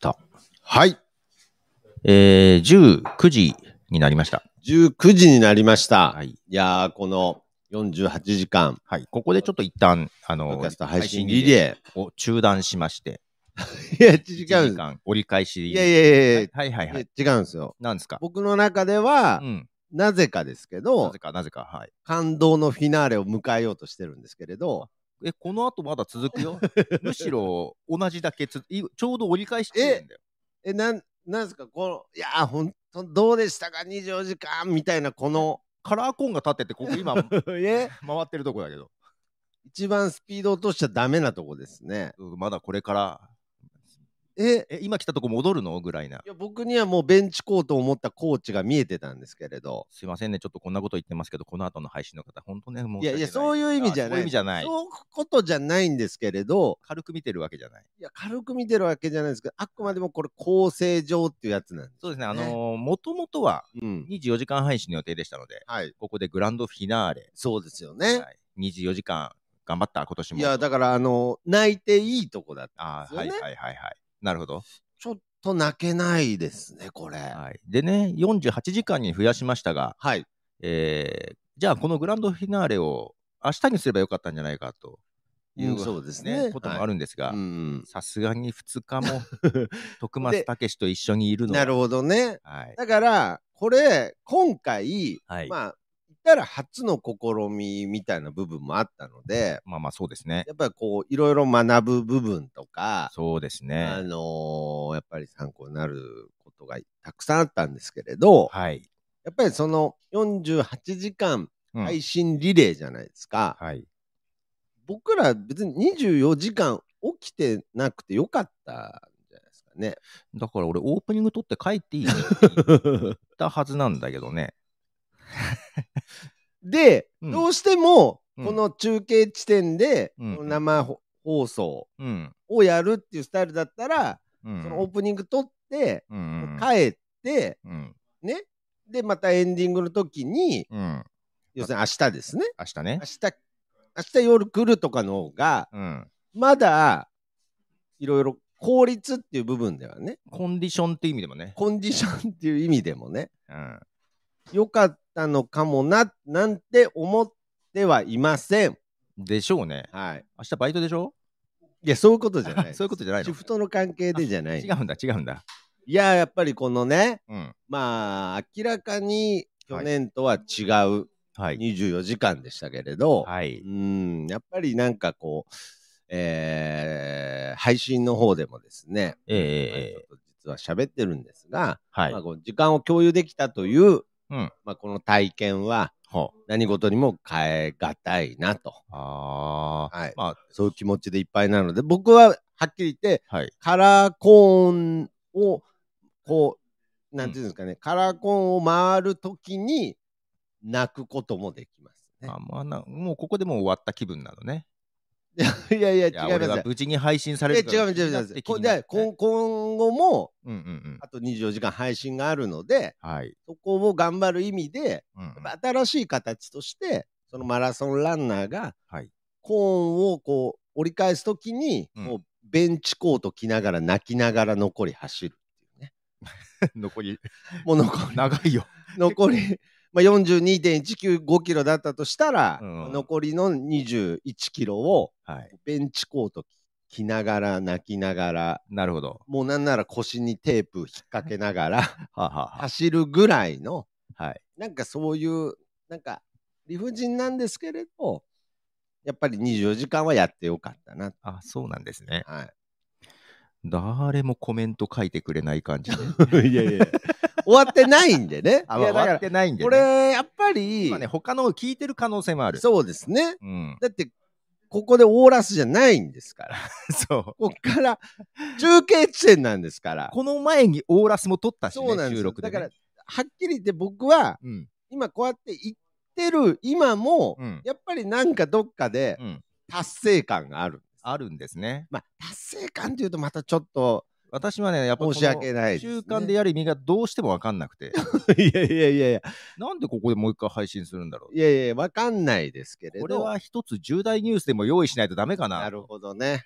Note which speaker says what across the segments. Speaker 1: た。
Speaker 2: はい。
Speaker 1: えー、19時になりました。
Speaker 2: 19時になりました。
Speaker 1: はい
Speaker 2: い、やー、この48時間、
Speaker 1: はい。ここでちょっと一旦、あ
Speaker 2: ポッ
Speaker 1: の
Speaker 2: ドキャスト配信リレ
Speaker 1: ーを中断しまして、
Speaker 2: ー。いや、
Speaker 1: 1時
Speaker 2: 違うんです。
Speaker 1: 間折り返し。
Speaker 2: いやいやいやい
Speaker 1: はいはい
Speaker 2: や、
Speaker 1: はいい。
Speaker 2: や違うんですよ。
Speaker 1: なんですか
Speaker 2: 僕の中では、
Speaker 1: うん。
Speaker 2: なぜかですけ
Speaker 1: な
Speaker 2: ど
Speaker 1: ぜ、か、なぜか。はい。
Speaker 2: 感動のフィナーレを迎えようとしてるんですけれど、
Speaker 1: え、この後まだ続 くよ。むしろ、同じだけつ、いちょうど折り返してるんだよ。
Speaker 2: え、なん、なんですか、この、いやー、ほんと、どうでしたか、24時間みたいな、この、
Speaker 1: カラーコーンが立ってて、ここ今、回
Speaker 2: え
Speaker 1: ってるとこだけど、
Speaker 2: 一番スピード落としちゃダメなとこですね。
Speaker 1: うんまだこれから、
Speaker 2: え、
Speaker 1: え、今来たとこ戻るのぐらいな。
Speaker 2: いや僕にはもうベンチコートを持ったコーチが見えてたんですけれど、
Speaker 1: すいませんね、ちょっとこんなこと言ってますけど、この後の配信の方、本当ね、もう。
Speaker 2: いやいや、そういう意味じゃ
Speaker 1: そう
Speaker 2: ない。
Speaker 1: いう意味じゃない。
Speaker 2: そういうことじゃないんですけれど、
Speaker 1: 軽く見てるわけじゃない。
Speaker 2: いや、軽く見てるわけじゃないですけど、あくまでもこれ、構成上っていうやつなんです。
Speaker 1: そうですね、あのー、もともとは
Speaker 2: うん。
Speaker 1: 24時間配信の予定でしたので、
Speaker 2: はい。
Speaker 1: ここでグランドフィナーレ、
Speaker 2: そうですよね。
Speaker 1: はい、24時間頑張った、今年
Speaker 2: い、
Speaker 1: も。
Speaker 2: や、だから、あの、泣いていいとこだった。
Speaker 1: あー
Speaker 2: そう
Speaker 1: はい
Speaker 2: ね
Speaker 1: はいはいはい。なるほど。
Speaker 2: ちょっと泣けないですね、これ。は
Speaker 1: はい、でね、48時間に増やしましたが、
Speaker 2: い。
Speaker 1: えーじゃあこのグランドフィナーレを明日にすればよかったんじゃないかという、
Speaker 2: うんそうですね
Speaker 1: こともあるんですが
Speaker 2: う、ん。
Speaker 1: さすがに2日 も徳松武史と一緒にいるのは
Speaker 2: なるほどね。
Speaker 1: はい。
Speaker 2: だから、これ、今回、
Speaker 1: はいまあ、
Speaker 2: まあ、言ったら初の試みみたいな部分もあったので、
Speaker 1: まあそうですね。
Speaker 2: やっぱりこう、いろいろ学ぶ部分とか、
Speaker 1: そうです
Speaker 2: あ
Speaker 1: ね。
Speaker 2: のーやっぱり参考になることがたくさんあったんですけれど、
Speaker 1: はい。
Speaker 2: やっぱりその48時間
Speaker 1: うん
Speaker 2: 配信リレーじゃないですか。
Speaker 1: はい。
Speaker 2: 僕ら別に24時間起きてなくてよかったんじゃないですかね。
Speaker 1: だから俺オープニング撮って書い ていいって言ったはずなんだけどね。
Speaker 2: で、
Speaker 1: うん
Speaker 2: どうしても、
Speaker 1: うん
Speaker 2: この中継地点で、
Speaker 1: うん
Speaker 2: この生ほ放送
Speaker 1: うん。
Speaker 2: をやるっていうスタイルだったら、
Speaker 1: うん。
Speaker 2: そのオープニング撮って、
Speaker 1: うんうん
Speaker 2: 帰って、
Speaker 1: うん。
Speaker 2: ね、で、またエンディングの時に、
Speaker 1: うん。
Speaker 2: 要するに明日ですね。
Speaker 1: 明日ね
Speaker 2: 明。日、明日夜来るとかの方が、
Speaker 1: うん。
Speaker 2: まだ、いろいろ効率っていう部分ではね、
Speaker 1: コンディションって意味でもね。
Speaker 2: コンディションっていう意味でもね、
Speaker 1: うん。
Speaker 2: 良かったのかもな、なんて思ってはいません。
Speaker 1: でしょうね。
Speaker 2: はい。
Speaker 1: 明日バイトでしょ
Speaker 2: いや、そういうことじゃな い。
Speaker 1: そういうことじゃない
Speaker 2: シ
Speaker 1: の
Speaker 2: フトの関係でじゃない。
Speaker 1: 違うんだ、違うんだ。
Speaker 2: いや、やっぱりこのね、
Speaker 1: うん。
Speaker 2: まあ、明らかに去年とは違う
Speaker 1: はい。
Speaker 2: 24時間でしたけれど、
Speaker 1: はい。
Speaker 2: うん、やっぱりなんかこう、えー配信の方でもですね、
Speaker 1: ええええ
Speaker 2: まあちょっと実は喋ってるんですが、
Speaker 1: はい
Speaker 2: まあ、。こう時間を共有できたという、
Speaker 1: うん
Speaker 2: まあ、この体験は
Speaker 1: ほう
Speaker 2: 何事にも変えがたいなと、
Speaker 1: ああ。
Speaker 2: はい
Speaker 1: ま
Speaker 2: そういう気持ちでいっぱいなので、僕ははっきり言って、
Speaker 1: あ、はい。
Speaker 2: カラーコーンを、こう、なんていうんですかね、カラーコーンを回るときに泣くこともできますね。
Speaker 1: あまあな、もうここでもう終わった気分なのね。
Speaker 2: いやいや、違
Speaker 1: い
Speaker 2: い
Speaker 1: や、
Speaker 2: ます
Speaker 1: 俺が無事に配信さ
Speaker 2: え
Speaker 1: れるか
Speaker 2: 違
Speaker 1: ら
Speaker 2: う違う
Speaker 1: 気
Speaker 2: 違う
Speaker 1: になっ
Speaker 2: 違
Speaker 1: て
Speaker 2: う
Speaker 1: 気
Speaker 2: こ
Speaker 1: に
Speaker 2: じ
Speaker 1: な
Speaker 2: ゃ
Speaker 1: っ
Speaker 2: あ
Speaker 1: て
Speaker 2: 今今後も
Speaker 1: うんうんうん。
Speaker 2: あと24時間配信があるので
Speaker 1: はい。
Speaker 2: そこを頑張る意味で
Speaker 1: うんうん
Speaker 2: やっぱ新しい形としてそのマラソンランナーが
Speaker 1: はい
Speaker 2: コーンをこう折り返すときに、
Speaker 1: うん
Speaker 2: こうベンチコート着ながら泣きながら残り 走るっていうね
Speaker 1: 残り、
Speaker 2: もう残り
Speaker 1: 長いよ。
Speaker 2: 残り、まあ、42.195キロだったとしたら、
Speaker 1: うん
Speaker 2: 残りの21キロを
Speaker 1: はい。
Speaker 2: ベンチコート着ながら泣きながら
Speaker 1: なるほど。
Speaker 2: もうなんなら腰にテープ引っ掛けながら
Speaker 1: はあはあは
Speaker 2: 走るぐらいの、
Speaker 1: あはい。
Speaker 2: なんかそういう、なんか理不尽なんですけれど、やっぱり24時間はやってよかったな。
Speaker 1: あ、そうなんですね。
Speaker 2: は
Speaker 1: 誰もコメント書いてくれ ない感じ で。
Speaker 2: い。いやいや終わってないんでね。
Speaker 1: あ、
Speaker 2: い
Speaker 1: まあ
Speaker 2: やだ
Speaker 1: 終わ
Speaker 2: か
Speaker 1: ってないん
Speaker 2: ら、
Speaker 1: で
Speaker 2: こ
Speaker 1: ね。
Speaker 2: れ、やっぱり、
Speaker 1: 今ね、他のを聞いてる可能性もある。
Speaker 2: そうですね。
Speaker 1: うん。
Speaker 2: だって、ここでオーラスじゃないんですから。
Speaker 1: そう。
Speaker 2: こっから、中継地点なんですから。
Speaker 1: この前にオーラスも撮ったし
Speaker 2: そうなん
Speaker 1: ね、
Speaker 2: です
Speaker 1: 収
Speaker 2: よ。
Speaker 1: 録で
Speaker 2: だ
Speaker 1: ね。
Speaker 2: から、はっきり言って僕は、
Speaker 1: うん。
Speaker 2: 今こうやって言ってる今も、
Speaker 1: うん。
Speaker 2: やっぱりなんかどっかで
Speaker 1: うん。
Speaker 2: 達成感がある。
Speaker 1: あるんですね。
Speaker 2: まあ、達成感っていうとまたちょっと、
Speaker 1: 私はね、やっぱこの
Speaker 2: 申し訳ないですね
Speaker 1: 習慣でやる意味がどうしても分かんなくて、
Speaker 2: いやいやいやいや、
Speaker 1: なんでここでもう一回配信するんだろ
Speaker 2: いやいや、わかんないですけれ
Speaker 1: う。
Speaker 2: ど。
Speaker 1: これ は一つ重大ニュースでも用意しないとダメかな。
Speaker 2: なるほどね。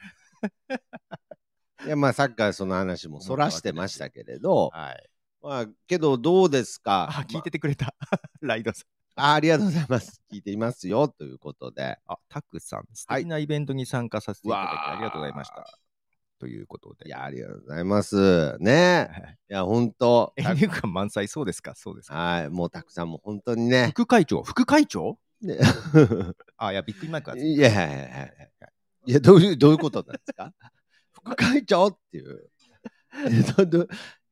Speaker 2: いやまあサッカーその話もそらしてましたけれど、
Speaker 1: はい。
Speaker 2: まあけどどうですか
Speaker 1: あ、聞いててくれた。 ライドさん。
Speaker 2: あありがとうございます。聞いていますよということで。
Speaker 1: あ、タクさん。素
Speaker 2: はい
Speaker 1: 敵なイベントに参加させていただき
Speaker 2: わあ
Speaker 1: ありがとうございました。ということで。
Speaker 2: いや、ありがとうございます。ね
Speaker 1: はい
Speaker 2: いや、本当
Speaker 1: エンディング感満載、そうですか、そうですか。
Speaker 2: はい、もうたくさんもう本当にね。
Speaker 1: 副会長、副会長
Speaker 2: ね
Speaker 1: あ、いや、びっくりマークがついて
Speaker 2: いやいやいやいやいや、どういう、どういうことなんです か副会長っていう。えどど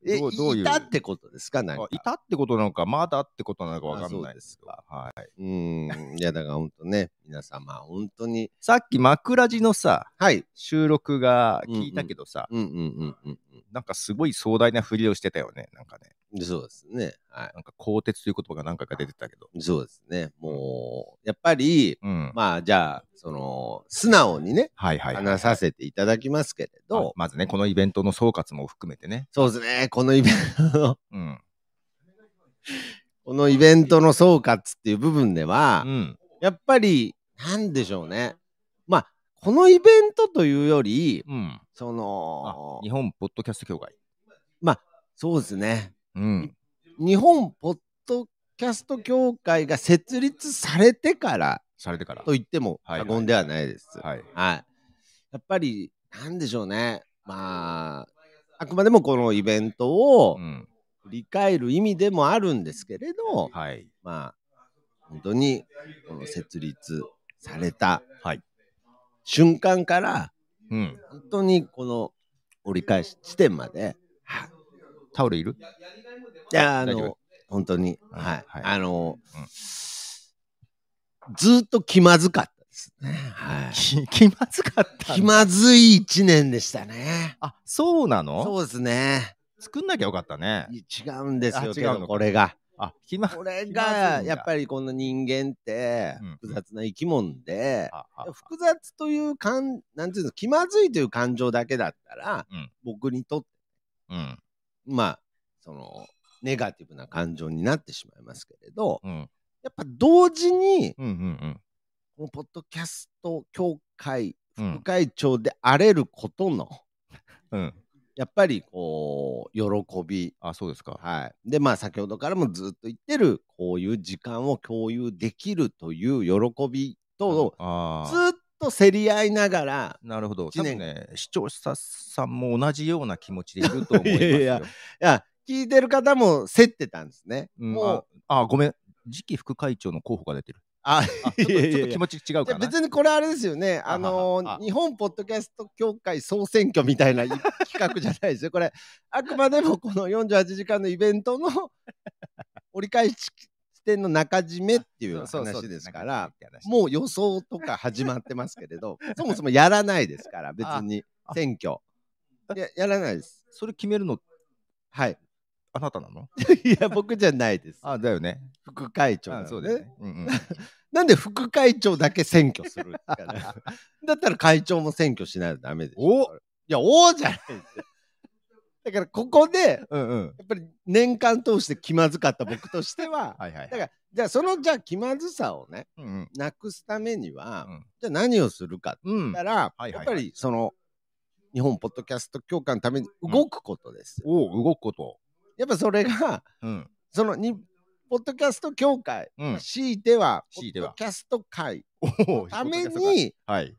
Speaker 2: え
Speaker 1: どうどういう
Speaker 2: いたってことですかなん
Speaker 1: あ
Speaker 2: か。
Speaker 1: いたってことなのか、まだってことなのかわか
Speaker 2: あそ
Speaker 1: ん
Speaker 2: う
Speaker 1: ない
Speaker 2: で
Speaker 1: ですが。はい。
Speaker 2: うん。いや、だから本当ね、皆様、本当に。
Speaker 1: さっき、枕地のさ、
Speaker 2: はい。
Speaker 1: 収録が聞いたけどさ、
Speaker 2: うんうんうんうん
Speaker 1: なんかすごい壮大なふりをしてたよね。なんかね、
Speaker 2: うん。そうですね。は
Speaker 1: なんか鋼鉄という言葉が何回か出てたけど。
Speaker 2: い。そうですね。もう、やっぱり、
Speaker 1: うん。
Speaker 2: まあ、じゃあ、その、素直にね、
Speaker 1: はいはい、はい。
Speaker 2: 話させていただきますけれ
Speaker 1: あ
Speaker 2: ど、
Speaker 1: まずね、このイベントの総括も含めてね。
Speaker 2: そうですね、このイベントの、
Speaker 1: うん。
Speaker 2: このイベントの総括っていう部分では、
Speaker 1: うん。
Speaker 2: やっぱり、なんでしょうね。まあ、このイベントというより、
Speaker 1: うん。
Speaker 2: そ
Speaker 1: あ
Speaker 2: の、
Speaker 1: 日本ポッドキャスト協会。
Speaker 2: そうですね。
Speaker 1: うん。
Speaker 2: 日本ポッドキャスト協会が設立されてから
Speaker 1: されてから。
Speaker 2: と言っても
Speaker 1: はいは
Speaker 2: 過
Speaker 1: い
Speaker 2: 言ではないです。はい。
Speaker 1: はい。
Speaker 2: やっぱり、なんでしょうね。まあ、あくまでもこのイベントを
Speaker 1: うん。
Speaker 2: 振り返る意味でもあるんですけれど、
Speaker 1: はい。
Speaker 2: まあ、本当にこの設立された
Speaker 1: はい。
Speaker 2: 瞬間から、
Speaker 1: うん。
Speaker 2: 本当にこの折り返し地点まで、はい
Speaker 1: タオルいる
Speaker 2: いや、あ
Speaker 1: 大丈
Speaker 2: の
Speaker 1: 夫、
Speaker 2: 本当に、
Speaker 1: うん
Speaker 2: はい、
Speaker 1: はい
Speaker 2: あの、
Speaker 1: うん
Speaker 2: ずーっと気まずかったですね。はい。
Speaker 1: き 気まずかったんだ
Speaker 2: 気まずい一年でしたね。
Speaker 1: あ、そうなの
Speaker 2: そうですね。
Speaker 1: 作んなきゃよかったね。
Speaker 2: い違うんです
Speaker 1: あ違
Speaker 2: よ、
Speaker 1: う
Speaker 2: けど
Speaker 1: のか
Speaker 2: これが。
Speaker 1: あ、気ま、
Speaker 2: これ
Speaker 1: 気まずい
Speaker 2: が、
Speaker 1: んだ
Speaker 2: やっぱりこの人間って
Speaker 1: うん、
Speaker 2: 複雑な生き物で、
Speaker 1: ああ
Speaker 2: 複雑という感、なんていうの、気まずいという感情だけだったら、
Speaker 1: うん
Speaker 2: 僕にとって、
Speaker 1: うん。
Speaker 2: まあ、その、ネガティブな感情になってしまいますけれど、
Speaker 1: うん。
Speaker 2: やっぱ同時に、
Speaker 1: うん。うん。
Speaker 2: このポッドキャスト協会
Speaker 1: うん。
Speaker 2: 副会長であれることの、
Speaker 1: うん。うん。
Speaker 2: やっぱりこう、喜び、
Speaker 1: あ、そうですか。
Speaker 2: はい。で、まあ、先ほどからもずっと言ってる、こういう時間を共有できるという喜びと、
Speaker 1: あ
Speaker 2: ず
Speaker 1: あ。
Speaker 2: っと競り合いながら、
Speaker 1: なるほど。
Speaker 2: 一
Speaker 1: 多
Speaker 2: 年
Speaker 1: 分ね、視聴者さんも同じような気持ちでいると思 います
Speaker 2: いやいや
Speaker 1: よ。
Speaker 2: いや、聞いてる方も競ってたんですね。
Speaker 1: うん、
Speaker 2: もう
Speaker 1: あ、あ、ごめん。次期副会長の候補が出てる。
Speaker 2: あ、
Speaker 1: あ、ちょっと
Speaker 2: いやいやいや
Speaker 1: ちょっと気持ち違う
Speaker 2: いや
Speaker 1: かな。
Speaker 2: 別にこれあれですよね。あの
Speaker 1: あははあ
Speaker 2: 日本ポッドキャスト協会総選挙みたいな企画じゃないですよ。これ、あくまでもこの48時間のイベン トの折り返し地点の中締めっていう
Speaker 1: そうそうそう
Speaker 2: 話ですから、、
Speaker 1: う、
Speaker 2: もう予想とか始まってますけ れど、そもそもやらないですから、別に
Speaker 1: あ
Speaker 2: 選挙。いや、やらないです。
Speaker 1: それ決めるの
Speaker 2: はい。
Speaker 1: あなたなの
Speaker 2: いや、僕じゃないです。
Speaker 1: あ、だよね。
Speaker 2: 副会長な
Speaker 1: あ、
Speaker 2: んで
Speaker 1: そうだよね。うんうん。
Speaker 2: なんで副会長だけ選挙するんですかねだったら会長も選挙しないとダメでしょ。
Speaker 1: お
Speaker 2: いや、おーじゃないですよ。だからここで、や
Speaker 1: うんうん。
Speaker 2: っぱり年間通して気まずかった僕としては、
Speaker 1: はいはい
Speaker 2: だ。から、じゃあそのじゃあ気まずさをね、
Speaker 1: うんうん。
Speaker 2: なくすためには、
Speaker 1: うん
Speaker 2: じゃあ何をするかって
Speaker 1: うん
Speaker 2: 言ったら、
Speaker 1: はいはい
Speaker 2: やっぱりその、日本ポッドキャスト協会のために動くことですよ。
Speaker 1: おう動くこと。
Speaker 2: やっぱそれが、
Speaker 1: うん。
Speaker 2: そのに、ポッドキャスト協会、
Speaker 1: うん。
Speaker 2: 強いては、ポ
Speaker 1: 強い
Speaker 2: ッ
Speaker 1: ては
Speaker 2: ドキャスト会
Speaker 1: おう
Speaker 2: ため、
Speaker 1: 仕事が忙しい
Speaker 2: に、
Speaker 1: はい。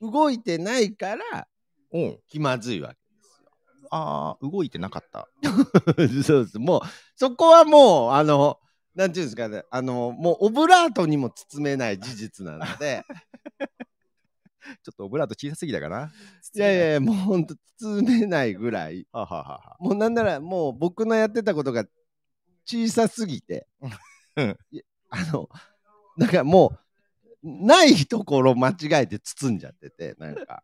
Speaker 2: 動いてないから
Speaker 1: おう
Speaker 2: 気まずいわ
Speaker 1: ああ、動いてなかった。
Speaker 2: け。そうです。もうそこはもうあのなんていうんですかねあのもうオブラートにも包めない事実な ので
Speaker 1: ちょっとオブラート小さすぎたかな。
Speaker 2: いやいやいやもうほんと包めないぐらい
Speaker 1: はあはあはあは
Speaker 2: もうなんならもう僕のやってたことが小さすぎて
Speaker 1: うん
Speaker 2: いやあのなんかもうないところ間違えて包んじゃっててなんか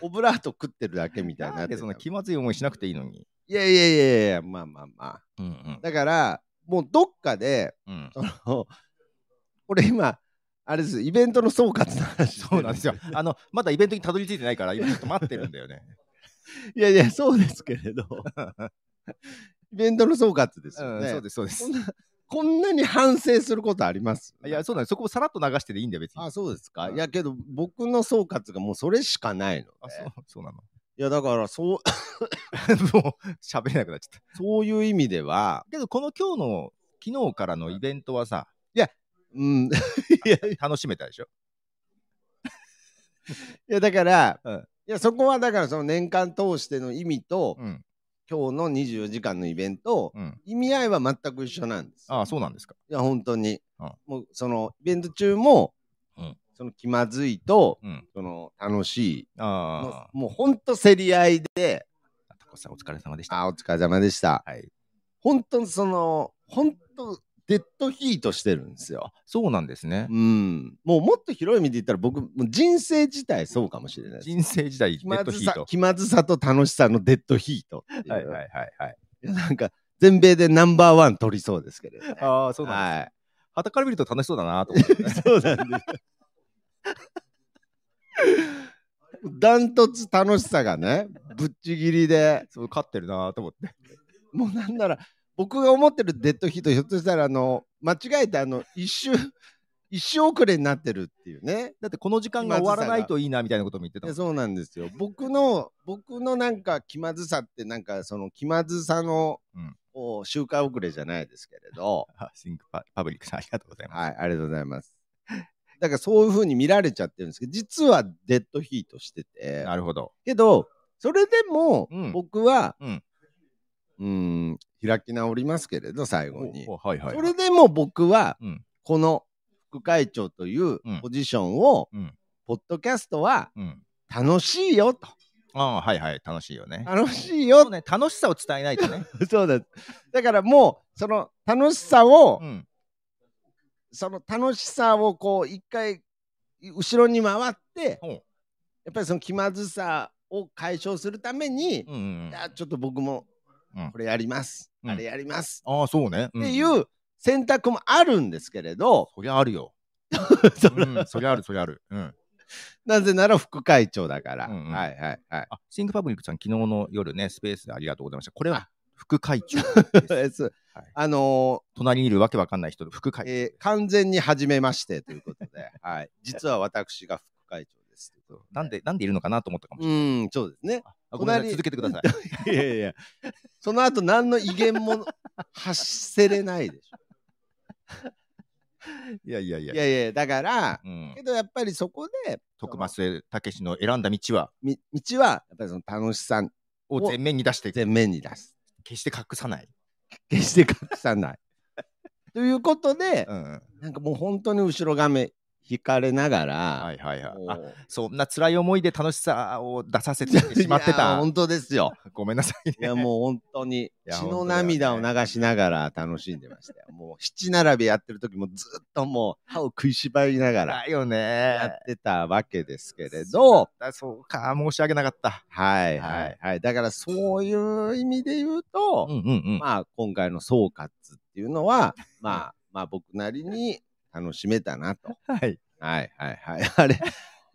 Speaker 2: オブラート食ってるだけみたい
Speaker 1: あ。
Speaker 2: に
Speaker 1: な
Speaker 2: っ
Speaker 1: ん
Speaker 2: て
Speaker 1: で
Speaker 2: た
Speaker 1: そんな気まずい思いしなくていいのに。
Speaker 2: いやいやいやいやまあまあまあ
Speaker 1: うんうん。
Speaker 2: だから、もうどっかで、
Speaker 1: うん、
Speaker 2: その、俺今、あれです、イベントの総括の話。
Speaker 1: そうなんですよ。。あの、まだイベントにたどり着いてないから、今ちょっと待ってるんだよね。
Speaker 2: いやいや、そうですけれど、イベントの総括ですよね。
Speaker 1: うん、そうです、そうです
Speaker 2: こん。なこんなに反省することあります
Speaker 1: いや、そうなんです。そこをさらっと流してでいいんだよ、別に。
Speaker 2: あ、そうですか。
Speaker 1: うん
Speaker 2: いや、けど僕の総括がもうそれしかないので。
Speaker 1: あそう、そうなの。
Speaker 2: いや、だからそう、
Speaker 1: もう、喋れなくなっちゃった。
Speaker 2: そういう意味では、
Speaker 1: けど、この今日の、昨日からのイベントはさ、
Speaker 2: うん、い
Speaker 1: 楽しめたでしょ
Speaker 2: や、だから、
Speaker 1: うん
Speaker 2: いや、そこはだからその年間通しての意味と、
Speaker 1: うん。
Speaker 2: 今日の24時間のイベント、
Speaker 1: うん。
Speaker 2: 意味合いは全く一緒なんです。
Speaker 1: ああ、そうなんですか。
Speaker 2: いや、本当に。
Speaker 1: うん
Speaker 2: もう、その、イベント中も、
Speaker 1: うん
Speaker 2: その気まずいと、
Speaker 1: うん。
Speaker 2: その、楽しいの
Speaker 1: あ
Speaker 2: もうほんと競り合いで、
Speaker 1: あ。タコさん、お疲れ様でした。
Speaker 2: あー、お疲れ様でした。
Speaker 1: はい。
Speaker 2: 本当にその、本当デッドヒートしてるんですよ。
Speaker 1: そうなんですね
Speaker 2: う。ん。もうもっと広い意味で言ったら僕、もう人生自体そうかもしれないです。
Speaker 1: 人生時代、ネ
Speaker 2: 気ま
Speaker 1: ット
Speaker 2: ず
Speaker 1: ヒー
Speaker 2: さ
Speaker 1: ト。
Speaker 2: 気まずさと楽しさのデッドヒートっていう。
Speaker 1: はいはいはいはい。
Speaker 2: いやなんか、全米でナンバーワン取りそうですけれど、ね。
Speaker 1: ああ、そうなんです。
Speaker 2: はい。
Speaker 1: はたから見ると楽しそうだなと思 って。
Speaker 2: そうなんです。ダントツ楽しさがね、ぶっちぎりで、
Speaker 1: そう、勝ってるなと思って。
Speaker 2: もうなんなら、僕が思ってるデッドヒート、ひょっとしたら、あの、間違えて、あの、一周、一周遅れになってるっていうね。
Speaker 1: だってこの時間が終わらないといいなみたいなことも言ってたも
Speaker 2: いや
Speaker 1: ん。
Speaker 2: そうなんですよ。僕の、僕のなんか気まずさって、なんかその気まずさの、
Speaker 1: うん
Speaker 2: こう周回遅れじゃないですけれど、
Speaker 1: あシンクパパブリックさんありがとうございます。
Speaker 2: はい、ありがとうございます。だからそういう風に見られちゃってるんですけど、実はデッドヒートしてて、
Speaker 1: なるほど。
Speaker 2: けど、それでも
Speaker 1: うん
Speaker 2: 僕は、
Speaker 1: うん
Speaker 2: うーん開き直りますけれど、最後に。
Speaker 1: おおはいはい。
Speaker 2: それでも僕は
Speaker 1: うん、
Speaker 2: この副会長という
Speaker 1: うん
Speaker 2: ポジションを
Speaker 1: うん、
Speaker 2: ポッドキャストは
Speaker 1: うん。
Speaker 2: 楽しいよと。
Speaker 1: ああ、はいはい。楽しいよね。
Speaker 2: 楽しい
Speaker 1: そ
Speaker 2: よ
Speaker 1: うね、楽しさを伝えないとね。
Speaker 2: と。そうだ。だからもう、その楽しさを
Speaker 1: う、ん。
Speaker 2: その楽しさをこう、一回、後ろに回って、
Speaker 1: ほう
Speaker 2: やっぱりその気まずさを解消するために、
Speaker 1: うんうんうん。
Speaker 2: あちょっと僕も
Speaker 1: うん
Speaker 2: これやります、
Speaker 1: うん
Speaker 2: あれやります、
Speaker 1: ああ、そうね。ん
Speaker 2: っていう選択もあるんですけれど、
Speaker 1: そりゃあるよ。
Speaker 2: そ
Speaker 1: うん、そりゃある、そりゃある。うん。
Speaker 2: なぜなら副会長だから、
Speaker 1: うんうん
Speaker 2: はいはいはい
Speaker 1: あ、シンクパブリックさん、昨日の夜ね、スペースでありがとうございました。これは副会 長です。
Speaker 2: ですあの
Speaker 1: 隣にいるわけわかんない人の副
Speaker 2: ー
Speaker 1: 会長。
Speaker 2: えー完全に初めましてということで、 はい、実は私が副会長ですということ
Speaker 1: なんで、なんでいるのかなと思ったか もし
Speaker 2: う
Speaker 1: れない。
Speaker 2: んそうですね
Speaker 1: あごめんなさい
Speaker 2: 隣
Speaker 1: 続けてください。
Speaker 2: いやいやその後何の威 厳も発せれないでしょ
Speaker 1: いやいやいや。
Speaker 2: いやいやだから
Speaker 1: うん
Speaker 2: けどやっぱりそこで
Speaker 1: 徳増武史の選んだ道は、
Speaker 2: み道はやっぱりその楽しさ
Speaker 1: を前面に出していく。
Speaker 2: 前面に出す
Speaker 1: 決して隠さない。
Speaker 2: 決して隠さない ということで
Speaker 1: うんうん。
Speaker 2: なんかもう本当に後ろ髪引かれながら、
Speaker 1: はいはいはい。あ、
Speaker 2: もう
Speaker 1: そんな辛い思いで楽しさを出させてしまって
Speaker 2: いや
Speaker 1: た。
Speaker 2: 本当です よ
Speaker 1: ごめんなさい
Speaker 2: いや
Speaker 1: ね。
Speaker 2: もう本当に
Speaker 1: や
Speaker 2: 血
Speaker 1: 本当だ
Speaker 2: の
Speaker 1: よね
Speaker 2: 涙を流しながら楽しんでましたよもう七並びやってる時もずっともう歯を食いしばりながら
Speaker 1: だよ
Speaker 2: や
Speaker 1: ね
Speaker 2: っ。てたわけですけれ
Speaker 1: そう
Speaker 2: ど
Speaker 1: だそうか、申し訳なかった。
Speaker 2: はいはいはいだからそういう意味で言うと、
Speaker 1: うんうんうん。
Speaker 2: まあ、今回の総括っていう のは、まあ、まあ、僕なりに楽しめたなと。
Speaker 1: はい。
Speaker 2: はいはいはい。あれ、い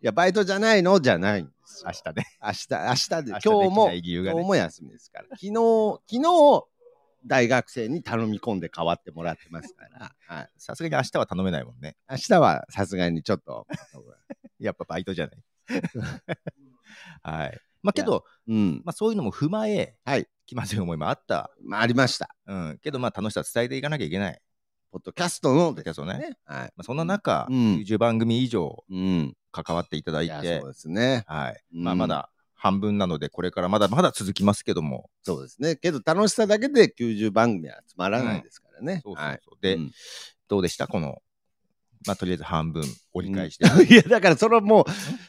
Speaker 2: や、バイトじゃないのじゃないんですよ
Speaker 1: 明。日ね。
Speaker 2: 明日、明日で、
Speaker 1: 明日
Speaker 2: 今
Speaker 1: で
Speaker 2: 日も、
Speaker 1: きない理由が
Speaker 2: 今
Speaker 1: ね
Speaker 2: 日も休みですから。昨日、昨日、大学生に頼み込んで代わってもらってますから、はい、
Speaker 1: さすがに明日は頼めないもんね。
Speaker 2: 明日はさすがにちょっと、
Speaker 1: やっぱバイトじゃ ない。はい。まあけど、
Speaker 2: うん、
Speaker 1: まあそういうのも踏まえ、
Speaker 2: はい
Speaker 1: 気まずい思いもあった。
Speaker 2: まあ、ありました。
Speaker 1: うん。けどまあ楽しさを伝えていかなきゃいけない。
Speaker 2: ポッドキャストの
Speaker 1: だけどね。
Speaker 2: ね。はい。
Speaker 1: まあそんな中、
Speaker 2: うん
Speaker 1: 90番組以上
Speaker 2: うん。
Speaker 1: 関わっていただ
Speaker 2: い
Speaker 1: い
Speaker 2: や、
Speaker 1: て
Speaker 2: そう、ですね。
Speaker 1: はい。
Speaker 2: うん
Speaker 1: まあまだ半分なので、これからまだまだ続きますけども。
Speaker 2: そうですね。けど楽しさだけで90番組はつまらないですからね。
Speaker 1: そうそう
Speaker 2: はい。
Speaker 1: そうで、
Speaker 2: うん
Speaker 1: どうでしたこの、まあとりあえず半分折り返して。
Speaker 2: いや、だからそれはもう、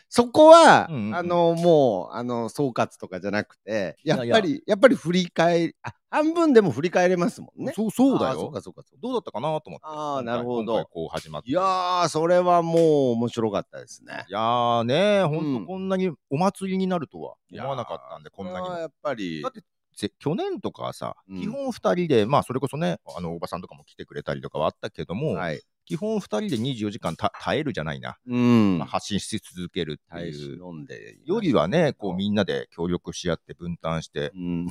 Speaker 2: そこは、
Speaker 1: うんうんうん
Speaker 2: あの、もう、あの、総括とかじゃなくて、やっぱり、
Speaker 1: い
Speaker 2: や
Speaker 1: やい
Speaker 2: っぱり振り返り、あ、半分でも振り返れますもんね。
Speaker 1: そうそうだ
Speaker 2: あーそう
Speaker 1: よ
Speaker 2: か、。そうか、そうか。
Speaker 1: どうだったかなと思って。
Speaker 2: ああ、なるほ
Speaker 1: 今回
Speaker 2: ど。
Speaker 1: こう始まって。
Speaker 2: いやー、それはもう面白かったですね。
Speaker 1: いやーねほ
Speaker 2: うんん
Speaker 1: とこんなにお祭りになるとは思わなか
Speaker 2: いやー
Speaker 1: ったんで、こんなに
Speaker 2: これは
Speaker 1: も。
Speaker 2: やっぱり
Speaker 1: だっ、てぜ去年とかはさ、
Speaker 2: うん
Speaker 1: 基本2人で、まあそれこそね、あのおばさんとかも来てくれたりとかはあったけども、
Speaker 2: はい。
Speaker 1: 基本2人で24時間た耐えるじゃないな、
Speaker 2: うん。
Speaker 1: まあ、発信し続けるって
Speaker 2: 大使
Speaker 1: いう
Speaker 2: 飲んで。
Speaker 1: よりはね、こうみんなで協力し合って分担して、
Speaker 2: うん。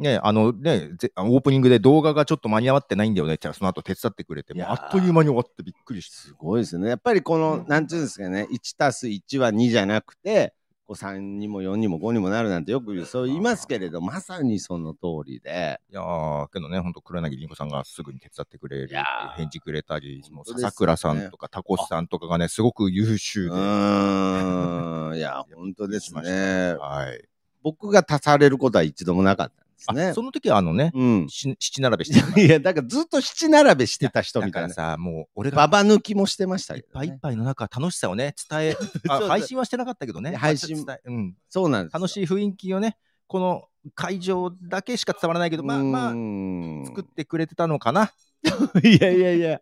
Speaker 1: ね、あのね、ぜあのオープニングで動画がちょっと間に合ってないんだよねって言ったら、その後手伝ってくれて、
Speaker 2: い
Speaker 1: もう
Speaker 2: やー
Speaker 1: あっという間に終わってびっくりして。
Speaker 2: すごいですね。やっぱりこの、
Speaker 1: うん
Speaker 2: なんていうんですかね、1たす1は2じゃなくて、こう3にも4にも5にもなるなんてよく言う、そう言いますけれど、まさにその通りで、
Speaker 1: いやー、けどね、ほんと黒柳りんごさんがすぐに手伝ってくれるってい
Speaker 2: いや
Speaker 1: う
Speaker 2: ー
Speaker 1: 返事くれたり、その
Speaker 2: 本当ですよね
Speaker 1: 笹倉さんとかタコスさんとかがね、すごく優
Speaker 2: う
Speaker 1: 秀で。
Speaker 2: ーん、い や、本当です
Speaker 1: びっくりしま
Speaker 2: ね
Speaker 1: した。はい。
Speaker 2: 僕が足されることは一度もなかったんです
Speaker 1: あ
Speaker 2: ね
Speaker 1: そ。の時はあのね、
Speaker 2: うん。
Speaker 1: し七並べしてたから
Speaker 2: いや、だからずっと七並べしてた人
Speaker 1: だ
Speaker 2: み
Speaker 1: か
Speaker 2: た
Speaker 1: ら
Speaker 2: いな。
Speaker 1: さ、もう俺
Speaker 2: バ
Speaker 1: が
Speaker 2: バ抜きもしてました
Speaker 1: いっ
Speaker 2: けど、
Speaker 1: ぱいいっ
Speaker 2: ね。
Speaker 1: ぱいの中、楽しさをね、伝え、
Speaker 2: そう
Speaker 1: あ
Speaker 2: そう
Speaker 1: 配信はしてなかったけどね、
Speaker 2: 配信
Speaker 1: 伝えうん、
Speaker 2: そうなんですよ。
Speaker 1: 楽しい雰囲気をね、この会場だけしか伝わらないけど、まあま
Speaker 2: うー
Speaker 1: あ、
Speaker 2: ん
Speaker 1: 作ってくれてたのかな。
Speaker 2: いやいやいや。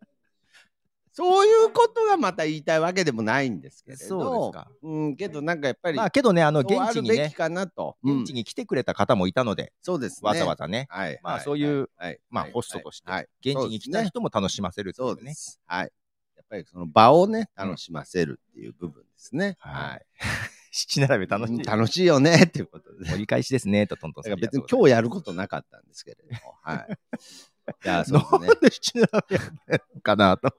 Speaker 2: そういうことがまた言いたいわけでもないんですけれど。
Speaker 1: そうですか。
Speaker 2: うん、けどなんかやっぱり、
Speaker 1: まあ、けどね、あの、
Speaker 2: そう
Speaker 1: 現
Speaker 2: あ
Speaker 1: 地
Speaker 2: る
Speaker 1: に
Speaker 2: べき
Speaker 1: ね、
Speaker 2: かなと。うん
Speaker 1: 現地に来てくれた方もいたので、
Speaker 2: そうですね。
Speaker 1: わざわ
Speaker 2: ざ。
Speaker 1: ざね、
Speaker 2: はい。
Speaker 1: まあ
Speaker 2: はい
Speaker 1: そういう、
Speaker 2: はいはい
Speaker 1: まあ、
Speaker 2: はい
Speaker 1: ホストとして
Speaker 2: はい、
Speaker 1: 現地に来た人も楽しませるってい
Speaker 2: そう
Speaker 1: う
Speaker 2: で
Speaker 1: ね。
Speaker 2: す。はい。やっぱりその場をね、
Speaker 1: うん
Speaker 2: 楽しませるっていう部分ですね。
Speaker 1: はい。 七並べ楽し
Speaker 2: う
Speaker 1: い
Speaker 2: ん。楽しいよね、っていうことで。
Speaker 1: 折り返しですね、とトントンさ
Speaker 2: だか
Speaker 1: ん
Speaker 2: ら別に
Speaker 1: ありがとう
Speaker 2: 今日やることなかったんですけれども。はい。い や、そうです
Speaker 1: ございますな
Speaker 2: ね
Speaker 1: ん。で七並べやってんのかなと。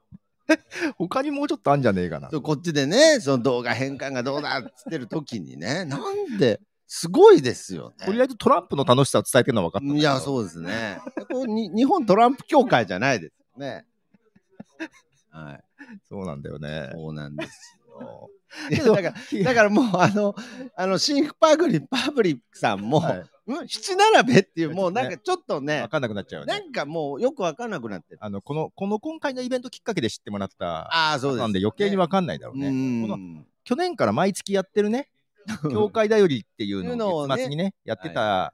Speaker 1: 他にもうちょっとあんじゃねえかな
Speaker 2: そう。こっちでね、その動画変換がどうだっつってる時にね、なんで、すごいですよ
Speaker 1: とり
Speaker 2: ね。
Speaker 1: あえずトランプの楽しさを伝えてるのは分かったんだ
Speaker 2: い
Speaker 1: けど。
Speaker 2: や、そうですね。こうに日本トランプ協会じゃないですよね。はい。
Speaker 1: そうなんだよね。
Speaker 2: そうなんですよ。
Speaker 1: け
Speaker 2: いや
Speaker 1: ど
Speaker 2: だからだからもう、あの、あの、シンクパグリパブリックさんも、
Speaker 1: はい
Speaker 2: うん七並べっていう、
Speaker 1: ね
Speaker 2: もうなんかちょっとね
Speaker 1: 分、かんなくなっちゃうよ
Speaker 2: な
Speaker 1: ね。
Speaker 2: んかもうよくわかんなくなってる。
Speaker 1: あの、この、この今回のイベントきっかけで知ってもらった、
Speaker 2: ああ、そうです。
Speaker 1: なんで余計に分かんないだろう
Speaker 2: う
Speaker 1: ね。
Speaker 2: ん
Speaker 1: この去年から毎月やってるね、教会だよりって いうのを月末にね、やってた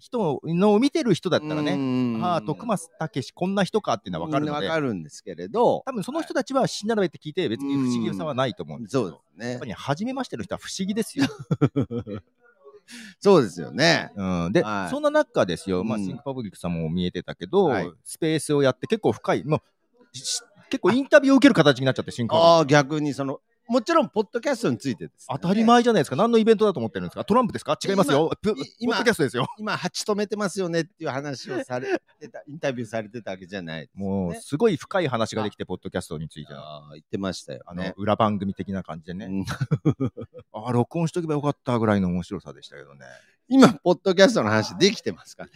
Speaker 1: 人のを見てる人だったらね、
Speaker 2: ね
Speaker 1: ああ、徳松たけし、こんな人かっていうのは分かるの
Speaker 2: うん
Speaker 1: で
Speaker 2: わ、かるんですけれど、
Speaker 1: 多分その人たちは死ならべって聞いて、別に不思議さはないと思うんですけど、
Speaker 2: そう
Speaker 1: や
Speaker 2: ですね
Speaker 1: っぱ。り初めましての人は不思議 ですよ。
Speaker 2: そうですよね。
Speaker 1: うん、で、
Speaker 2: はい
Speaker 1: そんな中ですよ、まあ、
Speaker 2: うん
Speaker 1: シンクパブリックさんも見えてたけど、
Speaker 2: はい
Speaker 1: スペースをやって結構深い、もうし結構インタビューを受ける形になっちゃって、シンクパブリック
Speaker 2: ああ、逆にその、もちろん、ポッドキャストについてです、
Speaker 1: 当たり。前じゃないですか、何のイベントだと思ってるんですか、トランプですか、違いますよ、プポッ
Speaker 2: 今
Speaker 1: ドキャストですよ。
Speaker 2: 今、蜂止めてますよねっていう話をされ てた、インタビューされてたわけじゃないですね、
Speaker 1: もうすごい深い話ができて、ポッドキャストについての。
Speaker 2: ああ、言ってましたよ
Speaker 1: あの
Speaker 2: ね。
Speaker 1: 裏番組的な感じでね、
Speaker 2: うん
Speaker 1: ああ、録音しとけばよかったぐらいの面白さでしたけどね。
Speaker 2: 今、ポッドキャストの話できてますかね。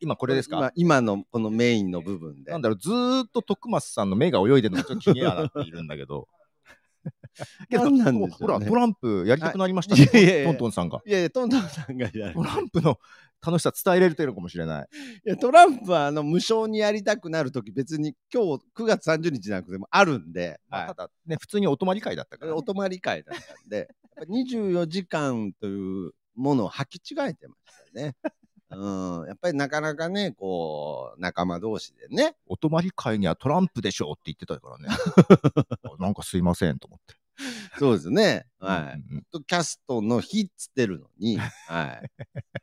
Speaker 1: 今、これですか、
Speaker 2: 今今のこのメインの部分で
Speaker 1: なん。だろう、ずーっと徳松さんの目が泳いでるのがちょっと気にはなっているんだけど。けど
Speaker 2: なんなんでしょうね
Speaker 1: ほら、トランプやりたくなりました
Speaker 2: はいいやいやい
Speaker 1: ね、
Speaker 2: や
Speaker 1: トントンさんが。
Speaker 2: いやいや、トントンさんがやる
Speaker 1: トランプの楽しさ伝えれてるかもしれない。
Speaker 2: いやトランプはあの無償にやりたくなるとき、別に今日9月30日じゃなくてもあるんで、
Speaker 1: まあ
Speaker 2: はい
Speaker 1: ただ、ね、普通にお泊まり会だったからね、
Speaker 2: お泊まり会だったんで、やっぱ24時間というものを履き違えてました ね。うん、やっぱりなかなかね、こう、仲間同士でね、
Speaker 1: お泊まり会にはトランプでしょうって言ってたからね。あなんかすいませんと思って。
Speaker 2: そうですね、はい。
Speaker 1: うんうん
Speaker 2: ポッドキャストの日っつってるのに、はい。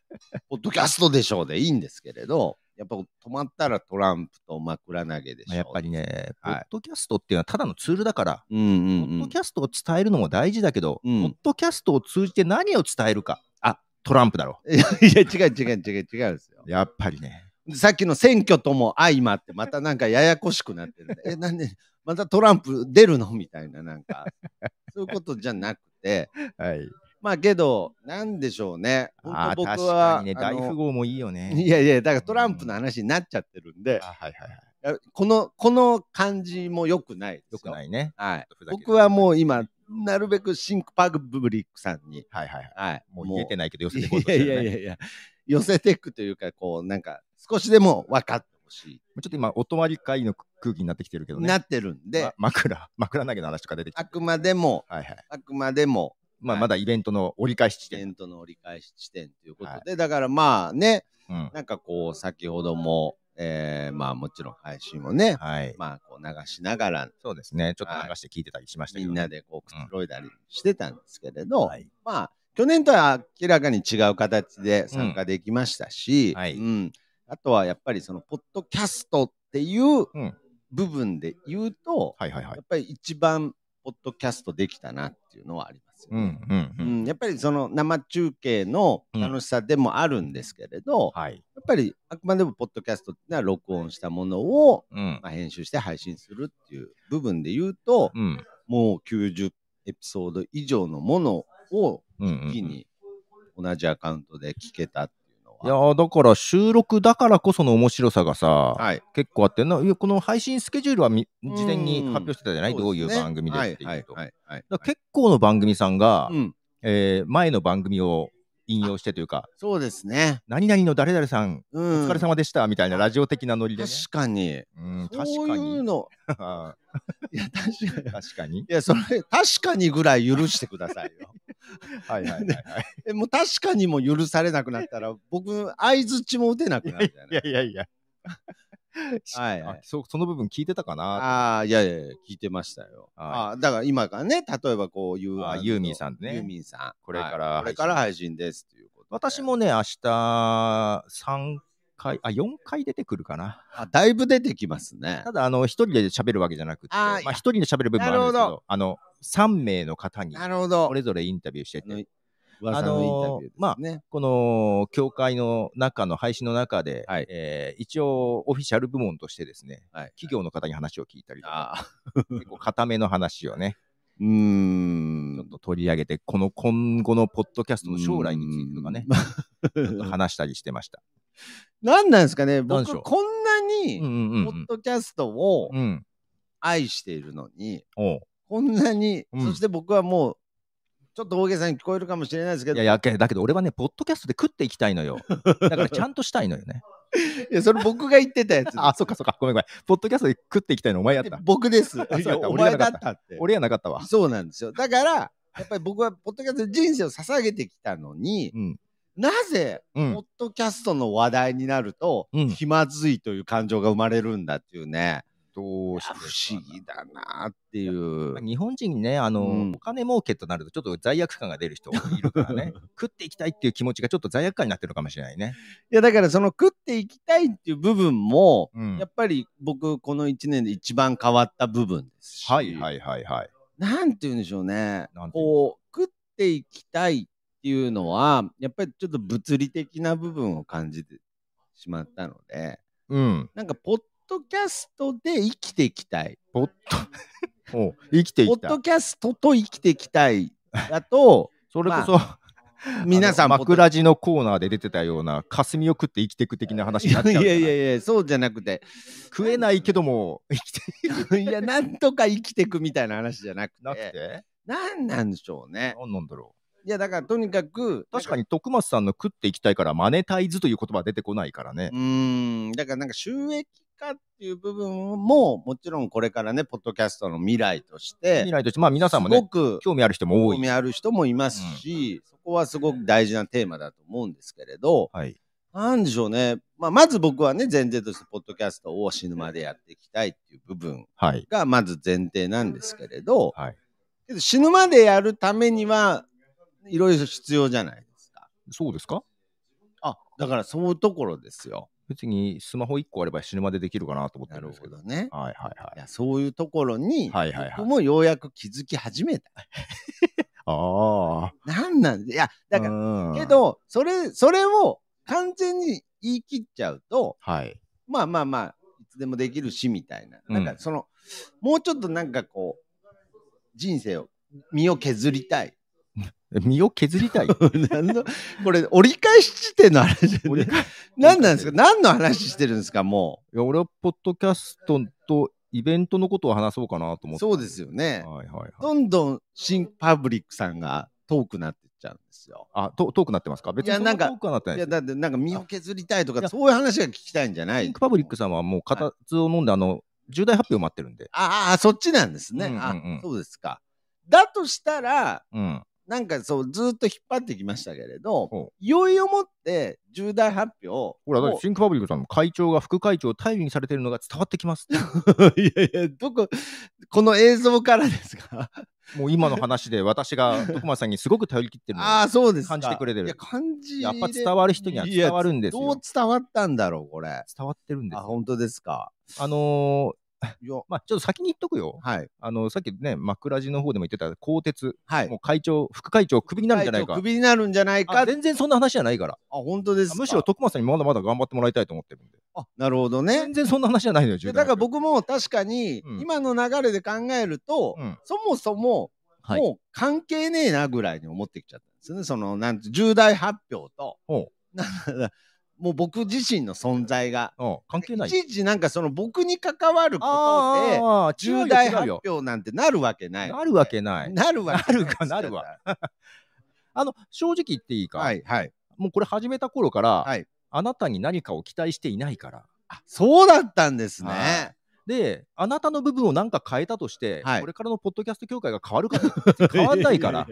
Speaker 2: ポッドキャストでしょうでいいんですけれど、やっぱ止まったらトランプと枕投げでしょう、
Speaker 1: まあやっぱりね、ポ
Speaker 2: はい
Speaker 1: ッドキャストっていうのはただのツールだから、
Speaker 2: う
Speaker 1: ポ
Speaker 2: んうん
Speaker 1: ッ
Speaker 2: う
Speaker 1: ド
Speaker 2: ん
Speaker 1: キ。ャストを伝えるのも大事だけど、
Speaker 2: うん
Speaker 1: ポッドキャストを通じて何を伝えるか、あトランプだろ。
Speaker 2: いや、いや違う違う違う違うんですよ。
Speaker 1: やっぱりね。
Speaker 2: さっきの選挙とも相まって、またなんかややこしくなってるんで。え、なんで、またトランプ出るのみたいな、な んか、そういうことじゃなくて、
Speaker 1: はい。
Speaker 2: まあけど、なんでしょうね。
Speaker 1: あ
Speaker 2: 本
Speaker 1: あ、
Speaker 2: 当僕
Speaker 1: 確
Speaker 2: は
Speaker 1: かにね、
Speaker 2: あ
Speaker 1: 大
Speaker 2: の
Speaker 1: 富豪もいいよね。
Speaker 2: いやいや、だからトランプの話になっちゃってるんで
Speaker 1: あ、はいはいはい。
Speaker 2: この、この感じも良くないです
Speaker 1: よ
Speaker 2: よ。
Speaker 1: くないね。
Speaker 2: はい
Speaker 1: ふ。ざけて
Speaker 2: 僕はもう今、なるべくシンクパブリックさんに、
Speaker 1: はいはいはい。
Speaker 2: はい。
Speaker 1: もう言えてないけど、寄せてこう
Speaker 2: い
Speaker 1: と
Speaker 2: や
Speaker 1: して
Speaker 2: い
Speaker 1: るね
Speaker 2: やいやいや、寄せていくというか、こう、なんか、少しでも分かってほし
Speaker 1: もうちょっと今、お泊まり会の空気になってきてるけ
Speaker 2: い、
Speaker 1: どね。
Speaker 2: なってるんで、
Speaker 1: ま枕、枕投げの話とか出てきて
Speaker 2: あ。くまでも、
Speaker 1: はいはい。
Speaker 2: あくまでも、
Speaker 1: まあ、
Speaker 2: はい
Speaker 1: まだイベントの折り返し地
Speaker 2: イベ
Speaker 1: 点。
Speaker 2: ントの折り返し地点ということ
Speaker 1: は
Speaker 2: で、だからまあね、
Speaker 1: うん。
Speaker 2: なんかこう、先ほども、えーまあもちろん配信をね、
Speaker 1: はい。
Speaker 2: まあこう流しながら、
Speaker 1: そうですね。ちょっと流して聞いてたりしましたけ
Speaker 2: み
Speaker 1: ど。
Speaker 2: んなでこう、くつろいだりしてたんですけれど、
Speaker 1: はい。
Speaker 2: まあ、去年とは明らかに違う形で参加できましたし、
Speaker 1: うんはい
Speaker 2: うんあとはやっぱりその、ポッドキャストっていう
Speaker 1: うん
Speaker 2: 部分で言うと、
Speaker 1: はいはいはい
Speaker 2: や。っぱり一番、ポッドキャストできたなっていうのはありますよ
Speaker 1: う
Speaker 2: ね。
Speaker 1: んうんう。
Speaker 2: うんん、やっぱりその生中継の楽しさでもあるんですけれど、
Speaker 1: はい。
Speaker 2: やっぱりあくまでもポッドキャストっていうのは録音したものを、
Speaker 1: うん。
Speaker 2: まあ、編集して配信するっていう部分で言うと、
Speaker 1: うん。
Speaker 2: もう90エピソード以上のものを
Speaker 1: うんうんうん
Speaker 2: 一気に同じアカウントで聞けたっていうの
Speaker 1: いや
Speaker 2: は、
Speaker 1: ーだから収録だからこその面白さがさ、
Speaker 2: はい、
Speaker 1: 結構あってないやこの配信スケジュールはみ
Speaker 2: うん
Speaker 1: 事前に発表してたじゃないどういう
Speaker 2: そですね
Speaker 1: 番組でっていうと、
Speaker 2: はいはいはいはい
Speaker 1: だから結構の番組さんが、
Speaker 2: うん、
Speaker 1: えー前の番組を引用してというか
Speaker 2: そうですね。
Speaker 1: 何々の誰々さん
Speaker 2: う
Speaker 1: お
Speaker 2: ん、
Speaker 1: 疲れ様でしたみたいなラジオ的なノリでね、
Speaker 2: 確かに。
Speaker 1: うん、確
Speaker 2: そう
Speaker 1: か
Speaker 2: いう
Speaker 1: に
Speaker 2: の。
Speaker 1: あ
Speaker 2: いや、確かに
Speaker 1: ー。確かに
Speaker 2: いや、それ、確かにぐらい許してください よ。
Speaker 1: はいはいはい、はい、
Speaker 2: え、もう確かにも許されなくなったら、僕、相づちも打てなくなるじゃ
Speaker 1: い
Speaker 2: な
Speaker 1: や
Speaker 2: い。
Speaker 1: いやいや
Speaker 2: はいは
Speaker 1: あ
Speaker 2: い。
Speaker 1: そその部分聞いてたかな
Speaker 2: ああ、いやいや、聞いてましたよ。あ
Speaker 1: は
Speaker 2: あーだから今がね、例えばこういう。
Speaker 1: あーユーミンさんね
Speaker 2: ユーミンさん。
Speaker 1: これから
Speaker 2: はいこれから配信ですっていうことで。
Speaker 1: 私もね明日3回あ4回出てくるかな
Speaker 2: あ。だいぶ出てきますね
Speaker 1: た。だ、あの、一人で喋るわけじゃなくて、
Speaker 2: あーい
Speaker 1: まあ、
Speaker 2: や
Speaker 1: 一人で喋る部分もあるんですけ
Speaker 2: な
Speaker 1: ど、
Speaker 2: るほ
Speaker 1: あの、3名の方に、
Speaker 2: なるほど
Speaker 1: そ。れぞれインタビューして
Speaker 2: あの
Speaker 1: て、
Speaker 2: 噂のインタビューですね。
Speaker 1: あこの、協会の中の配信の中で、
Speaker 2: はい
Speaker 1: えー一応、オフィシャル部門としてですね、
Speaker 2: はい
Speaker 1: 企業の方に話を聞いたりとか、
Speaker 2: あー
Speaker 1: 結構固めの話をね、
Speaker 2: うーん。
Speaker 1: ちょっと取り上げて、この今後のポッドキャストの将来についてとかね、
Speaker 2: うん。
Speaker 1: ちょっと話したりしてました。
Speaker 2: 何なんですかね
Speaker 1: なんでしょ
Speaker 2: 僕
Speaker 1: う
Speaker 2: こんなに
Speaker 1: うんう、ん
Speaker 2: ポ
Speaker 1: う
Speaker 2: ッ
Speaker 1: ん。
Speaker 2: ドキャストを
Speaker 1: うん。
Speaker 2: 愛しているのに、
Speaker 1: おう
Speaker 2: こんなに、
Speaker 1: うん
Speaker 2: そして僕はもう、ちょっと大げさに聞こえるかもしれないですけ
Speaker 1: い
Speaker 2: ど、
Speaker 1: やいや、けだけど俺はね、ポッドキャストで食っていきたいのよ。だからちゃんとしたいのよね。。
Speaker 2: いやそれ僕が言ってたやつ
Speaker 1: あ、そっかそっか。ごめんごめん。ポッドキャストで食っていきたいのお前やった。
Speaker 2: 僕です。
Speaker 1: った
Speaker 2: いやお
Speaker 1: 俺
Speaker 2: 前
Speaker 1: じゃ
Speaker 2: だ
Speaker 1: なか
Speaker 2: っ
Speaker 1: った
Speaker 2: たって。
Speaker 1: 俺やなかったわ。
Speaker 2: そうなんですよ。だから、やっぱり僕はポッドキャストで人生を捧げてきたのに、
Speaker 1: うん。
Speaker 2: なぜ、
Speaker 1: う
Speaker 2: ポッ
Speaker 1: ん。
Speaker 2: ドキャストの話題になると、
Speaker 1: うん
Speaker 2: 気まずいという感情が生まれるんだっていうね、
Speaker 1: どう
Speaker 2: いや不思議だなっていう。
Speaker 1: 日本人にね、あの、
Speaker 2: うん
Speaker 1: お金儲けとなると、ちょっと罪悪感が出る人いるから ね、食っていきたいっていう気持ちがちょっと罪悪感になってるのかもしれないね。
Speaker 2: いや、だからその食っていきたいっていう部分も、
Speaker 1: うん
Speaker 2: やっぱり僕、この1年で一番変わった部分ですし、
Speaker 1: はいはいはいはい。
Speaker 2: なんて言うんでしょうね
Speaker 1: なんて言うんでしょう、
Speaker 2: こう、食っていきたいっていうのは、やっぱりちょっと物理的な部分を感じてしまったので、
Speaker 1: うん。
Speaker 2: なんか、ポッドキャストで生きていきたい。
Speaker 1: ポッド、おう生きてい
Speaker 2: ポ
Speaker 1: き
Speaker 2: ッ
Speaker 1: た
Speaker 2: ドキャストと生きていきたいだと、
Speaker 1: それこそ、
Speaker 2: 皆さん
Speaker 1: あの
Speaker 2: ポッド
Speaker 1: 枕地のコーナーで出てたような、霞を食って生きていく的な話に
Speaker 2: い
Speaker 1: なっちゃうじゃ
Speaker 2: や
Speaker 1: ないい
Speaker 2: やいやいや、そうじゃなくて、
Speaker 1: 食えないけども、生きて
Speaker 2: いや、なんとか生きていくみたいな話じゃなく
Speaker 1: なく
Speaker 2: て、
Speaker 1: て、
Speaker 2: なんなんでしょうね。
Speaker 1: 何なんだろ
Speaker 2: いや、だからとにかく、
Speaker 1: う。確かに徳松さんの食っていきたいから、マネタイズという言葉は出てこないからね
Speaker 2: う。ーん、だからなんか収益化っていう部分も、もちろんこれからね、ポッドキャストの未来として
Speaker 1: 未、来として、まあ皆さんもね
Speaker 2: すご、く
Speaker 1: 興味ある人も多
Speaker 2: 興
Speaker 1: い。
Speaker 2: 味ある人もいますし、そこはすごく大事なテーマだと思うんですけれど、
Speaker 1: はい。
Speaker 2: なんでしょうね。まあ、まず僕はね、前提として、ポッドキャストを死ぬまでやっていきたいっていう部分
Speaker 1: はい。
Speaker 2: が、まず前提なんですけれど、
Speaker 1: はい。
Speaker 2: けど死ぬまでやるためには、いろいろ必要じゃないですか。
Speaker 1: そうですか
Speaker 2: あ、だからそういうところですよ。
Speaker 1: 別にスマホ1個あれば死ぬまでできるかなと思ってるんですけど。
Speaker 2: ね。
Speaker 1: はいはいはいい。
Speaker 2: やそういうところに、
Speaker 1: はいはいはい
Speaker 2: 僕もようやく気づき始めた。
Speaker 1: ああ。
Speaker 2: なんなんでいや、だから、
Speaker 1: ら
Speaker 2: け、ど、それ、それを完全に言い切っちゃうと、
Speaker 1: はい。
Speaker 2: まあまあまあ、いつでもできるし、みたいな。
Speaker 1: うん
Speaker 2: なんかその、もうちょっとなんかこう、人生を、身を削りたい。
Speaker 1: 身を削りたい。
Speaker 2: 何のこれ、折り返し地点の話じゃな
Speaker 1: 折
Speaker 2: い
Speaker 1: り返
Speaker 2: 何なんですか何の話してるんですかも
Speaker 1: いや俺はポッドキャストとイベントのことを話そうかなと思って。
Speaker 2: う。そうですよね。
Speaker 1: はいはいはい。
Speaker 2: どんどん新パブリックさんが遠くなってっちゃうんですよ。
Speaker 1: あ、と遠くなってますか別
Speaker 2: い
Speaker 1: に
Speaker 2: や
Speaker 1: そん
Speaker 2: なん
Speaker 1: な
Speaker 2: か
Speaker 1: 遠くはなってない
Speaker 2: い
Speaker 1: で
Speaker 2: や
Speaker 1: す。
Speaker 2: だってなんか身を削りたいと
Speaker 1: い
Speaker 2: か
Speaker 1: や
Speaker 2: そういう話が聞きたいんじゃな
Speaker 1: ピ
Speaker 2: い
Speaker 1: ンクパブリックさんはもう固唾を飲んで、あの、重大発表待ってるんで。
Speaker 2: ああそっちなんですね、
Speaker 1: うんうんうん
Speaker 2: あそうですかだとしたら
Speaker 1: うん。
Speaker 2: なんかそうずっと引っ張ってきましたけれ
Speaker 1: ほ
Speaker 2: どいよいよもって重大発表
Speaker 1: ほら、だっ
Speaker 2: も
Speaker 1: てシンクパブリックさんの会長が副会長を頼りにされてるのが伝わってきます。
Speaker 2: う いやいやどここの映像からですか
Speaker 1: もう今の話で私が徳松さんにすごく頼り切ってるのを
Speaker 2: ああそうですか
Speaker 1: 感じてくれてる
Speaker 2: いや感じ
Speaker 1: やっぱ伝
Speaker 2: る
Speaker 1: わる人には伝わるんです
Speaker 2: どう
Speaker 1: よ。
Speaker 2: 伝わったんだろうこれ
Speaker 1: 伝わってるんです
Speaker 2: あ
Speaker 1: よ。
Speaker 2: 本当ですか
Speaker 1: あのー
Speaker 2: いや
Speaker 1: まあ、ちょっと先に言っとくよ。
Speaker 2: はい。
Speaker 1: あの、さっきね、枕地の方でも言ってた鋼鉄、
Speaker 2: はい。
Speaker 1: もう会長、副会長、クビになるんじゃない
Speaker 2: 会長
Speaker 1: か
Speaker 2: ク。ビになるんじゃないか。
Speaker 1: あ
Speaker 2: あ、
Speaker 1: 全然そんな話じゃないから。
Speaker 2: 本当ですか。
Speaker 1: むしろ、徳松さんにまだまだ頑張ってもらいたいと思ってるんで。
Speaker 2: あ、なるほどね。
Speaker 1: 全然そんな話じゃないのよ、重
Speaker 2: で
Speaker 1: 大
Speaker 2: だ
Speaker 1: な
Speaker 2: から僕も確かに
Speaker 1: うん、
Speaker 2: 今の流れで考えると、
Speaker 1: うん
Speaker 2: そもそも、
Speaker 1: はい
Speaker 2: もう関係ねえなぐらいに思ってきちゃったんですね。その、なんて重大発表と
Speaker 1: ほ、
Speaker 2: なんかもう僕自身の存在が。
Speaker 1: うん関係ないい
Speaker 2: ち
Speaker 1: よ。
Speaker 2: いちなんかその僕に関わることで、
Speaker 1: あー、違うよ
Speaker 2: 重大
Speaker 1: 違う
Speaker 2: 発
Speaker 1: よ
Speaker 2: 表なんてなるわけない。
Speaker 1: なるわけない。
Speaker 2: なるわけい
Speaker 1: なるかなるわ。あの、正直言っていいか、
Speaker 2: はいはい。
Speaker 1: もうこれ始めた頃から、
Speaker 2: はい
Speaker 1: あなたに何かを期待していないから。
Speaker 2: あそうだったんです
Speaker 1: は
Speaker 2: ね。
Speaker 1: で、あなたの部分を何か変えたとして、
Speaker 2: はい
Speaker 1: これからのポッドキャスト協会が変わる か変わんないから。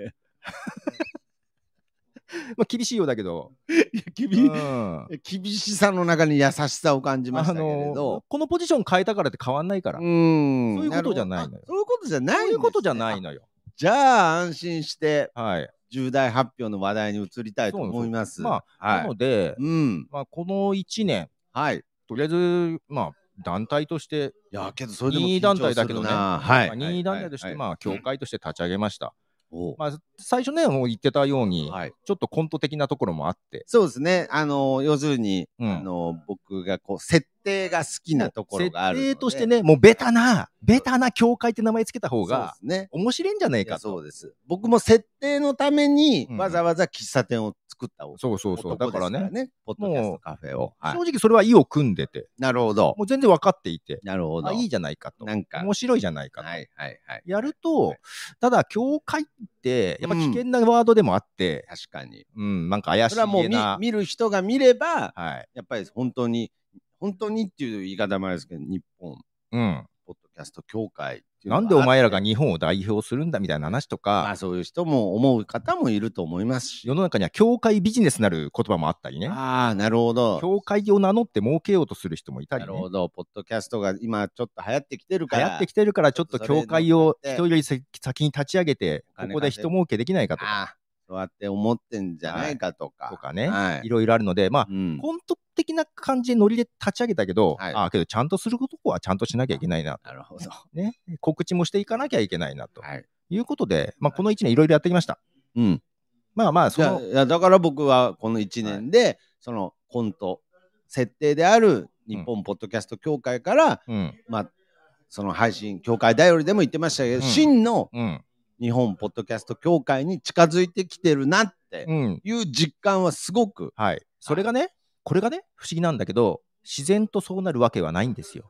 Speaker 1: まあ、厳しいようだけど。
Speaker 2: いや
Speaker 1: う
Speaker 2: 厳
Speaker 1: ん
Speaker 2: 厳しさの中に優しさを感じましたけれ
Speaker 1: の
Speaker 2: ど。
Speaker 1: このポジション変えたからって変わんないから。
Speaker 2: う
Speaker 1: そ
Speaker 2: ん
Speaker 1: そういうことじゃないのよ
Speaker 2: るほどあそういうことじゃない
Speaker 1: う
Speaker 2: んですね
Speaker 1: いうことじゃないのよ。
Speaker 2: じゃあ安心して
Speaker 1: はい。
Speaker 2: 重大発表の話題に移りたいと思います。
Speaker 1: そうなんで
Speaker 2: は。
Speaker 1: ないので、
Speaker 2: うん。
Speaker 1: まあ、この1年、
Speaker 2: はい。い
Speaker 1: とりあえず、まあ、団体として、
Speaker 2: や、けどそれでも
Speaker 1: 任意
Speaker 2: 緊
Speaker 1: 団
Speaker 2: 張
Speaker 1: 体だけ
Speaker 2: す
Speaker 1: ど
Speaker 2: る
Speaker 1: ね
Speaker 2: な。はい。
Speaker 1: まあ、任意団体として、
Speaker 2: あ。
Speaker 1: まあ、協会として立ち上げました。
Speaker 2: おう
Speaker 1: まあ、最初ね、もう言ってたように、
Speaker 2: はい。
Speaker 1: ちょっとコント的なところもあって、
Speaker 2: そうですね。あの、要するに、
Speaker 1: うん
Speaker 2: あの、僕がこう、設定が好きなところがあるので。
Speaker 1: 設定としてね、もうベタな、ベタな協会って名前つけた
Speaker 2: そ
Speaker 1: 方
Speaker 2: うで
Speaker 1: が
Speaker 2: すね。
Speaker 1: 面白いんじゃねえ
Speaker 2: いや
Speaker 1: かと。
Speaker 2: そうです。僕も設定のために、
Speaker 1: うん
Speaker 2: わざわざ喫茶店を作った男
Speaker 1: そうそうそう。だから
Speaker 2: です
Speaker 1: ね、
Speaker 2: ポッドキャストカフェを。はい
Speaker 1: 正直それは意を組んでて、
Speaker 2: なるほど。
Speaker 1: もう全然分かっていて、
Speaker 2: なるほど。
Speaker 1: あいいじゃないかと。
Speaker 2: なんか、
Speaker 1: 面白いじゃないかと。
Speaker 2: はいはいはい。
Speaker 1: やる
Speaker 2: は
Speaker 1: と
Speaker 2: い、
Speaker 1: ただ、教会って、やっぱ
Speaker 2: うん
Speaker 1: 危険なワードでもあって、
Speaker 2: 確かに。
Speaker 1: うん、なんか怪し
Speaker 2: それはもう
Speaker 1: い
Speaker 2: 見
Speaker 1: な。
Speaker 2: 見る人が見れば、
Speaker 1: はい。
Speaker 2: やっぱり本当に、本当にっていう言い方もあれですけど、日本
Speaker 1: うん。
Speaker 2: ポッドキャスト協会っていうの
Speaker 1: な
Speaker 2: が
Speaker 1: んでお前らが
Speaker 2: あって
Speaker 1: 日本を代表するんだみたいな話と
Speaker 2: まあ
Speaker 1: か、
Speaker 2: そういう人も思う方もいると思いますし。
Speaker 1: 世の中には教会ビジネスなる言葉もあったりね。
Speaker 2: ああ、なるほど。
Speaker 1: 教会を名乗って儲けようとする人もいたり
Speaker 2: なる
Speaker 1: ね
Speaker 2: ほ。ど。ポッドキャストが今ちょっと流行ってきてるか
Speaker 1: 流
Speaker 2: ら。
Speaker 1: 行ってきてるからちょっと教会を人より先に立ち上げて
Speaker 2: お
Speaker 1: こ
Speaker 2: 金
Speaker 1: こで人儲けできないかとか
Speaker 2: ああ、そうやって思ってんじゃないかとか。
Speaker 1: とかね、
Speaker 2: はい
Speaker 1: い、ろいろあるのでまあ、
Speaker 2: うん
Speaker 1: コント的な感じでノリで立ち上げたけど、
Speaker 2: はい
Speaker 1: ああけどちゃんとすることはちゃんとしなきゃいけないな、
Speaker 2: なるほど。
Speaker 1: ね、告知もしていかなきゃいけないなと
Speaker 2: はい。
Speaker 1: いうことで、まあ、この1年いろいろやってきました
Speaker 2: うん。
Speaker 1: まあまあ
Speaker 2: い
Speaker 1: そ
Speaker 2: や
Speaker 1: の
Speaker 2: いやだから僕はこの1年で、そのコント、設定である日本ポッドキャスト協会から、
Speaker 1: うん
Speaker 2: まあ、その配信、協会頼りでも言ってましたけど、
Speaker 1: うん
Speaker 2: 真の
Speaker 1: うん
Speaker 2: 日本ポッドキャスト協会に近づいてきてるなって
Speaker 1: うん
Speaker 2: いう実感はすごく。
Speaker 1: はいそれがねこれがね不思議なんだけど自然とそうなるわけはないん ですよ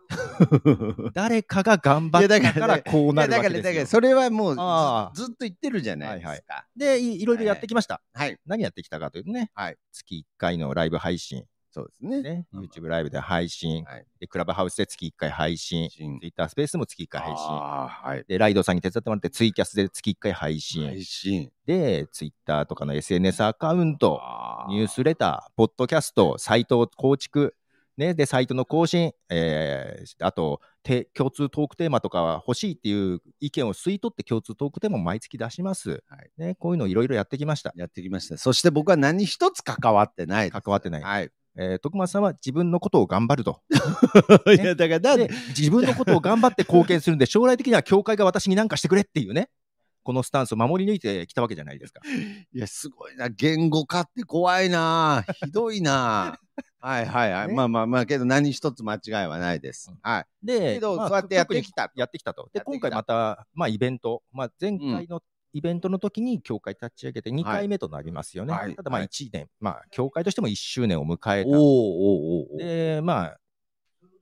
Speaker 1: 誰かが頑張ったからこう
Speaker 2: い
Speaker 1: な
Speaker 2: や
Speaker 1: るわ
Speaker 2: だか
Speaker 1: けで
Speaker 2: ら、だから、
Speaker 1: すよ
Speaker 2: それはもう
Speaker 1: ああ
Speaker 2: ずずっと言ってるじゃないです
Speaker 1: は
Speaker 2: か。はいい、
Speaker 1: でいいろいろやってきました、
Speaker 2: はい。
Speaker 1: 何やってきたかというとね、
Speaker 2: はい
Speaker 1: 月1回のライブ配信、
Speaker 2: そうですね。
Speaker 1: ね、YouTube ライブで配信、
Speaker 2: はい
Speaker 1: で、クラブハウスで月1回配信、
Speaker 2: 信
Speaker 1: Twitter スペースでも月1回配信、
Speaker 2: ああ、はい。
Speaker 1: で、ライドさんに手伝ってもらって、ツイキャスで月1回配信、
Speaker 2: 配信。
Speaker 1: で、Twitter とかの SNS アカウント、
Speaker 2: あ
Speaker 1: ニュースレター、ポッドキャスト、サイト構築、ね、で、サイトの更新、えー、あと、て共通トークテーマとか欲しいっていう意見を吸い取って共通トークテーマを毎月出します。
Speaker 2: はい
Speaker 1: ね、こういうのをいろいろやってきました。
Speaker 2: やってきました。そして僕は何一つ関わってないです。
Speaker 1: 関わってない
Speaker 2: はい。
Speaker 1: えー、徳松さんは自分のことを頑張ると。
Speaker 2: いや、だから、だ
Speaker 1: で、自分のことを頑張って貢献するんで、将来的には教会が私に何かしてくれっていうね、このスタンスを守り抜いてきたわけじゃないですか。
Speaker 2: いや、すごいな。言語化って怖いな。ひどいな。 はいはいはい。
Speaker 1: ね
Speaker 2: まあまあまあ、けど何一つ間違いはないです
Speaker 1: うん。
Speaker 2: はい。
Speaker 1: で、
Speaker 2: けど、
Speaker 1: まあ
Speaker 2: そうやってやってきた
Speaker 1: 特。にやってきたと。で、
Speaker 2: やってき
Speaker 1: 今
Speaker 2: た
Speaker 1: 回また、まあ、イベント、まあ、前回のイベントの時に教会立ち上げて2回目となりますよね。
Speaker 2: はい
Speaker 1: ただ、まあ、
Speaker 2: は
Speaker 1: 1
Speaker 2: い
Speaker 1: 年、まあ、教会としても1周年を迎え
Speaker 2: お
Speaker 1: た
Speaker 2: ー。おーおーおー
Speaker 1: で、まあ、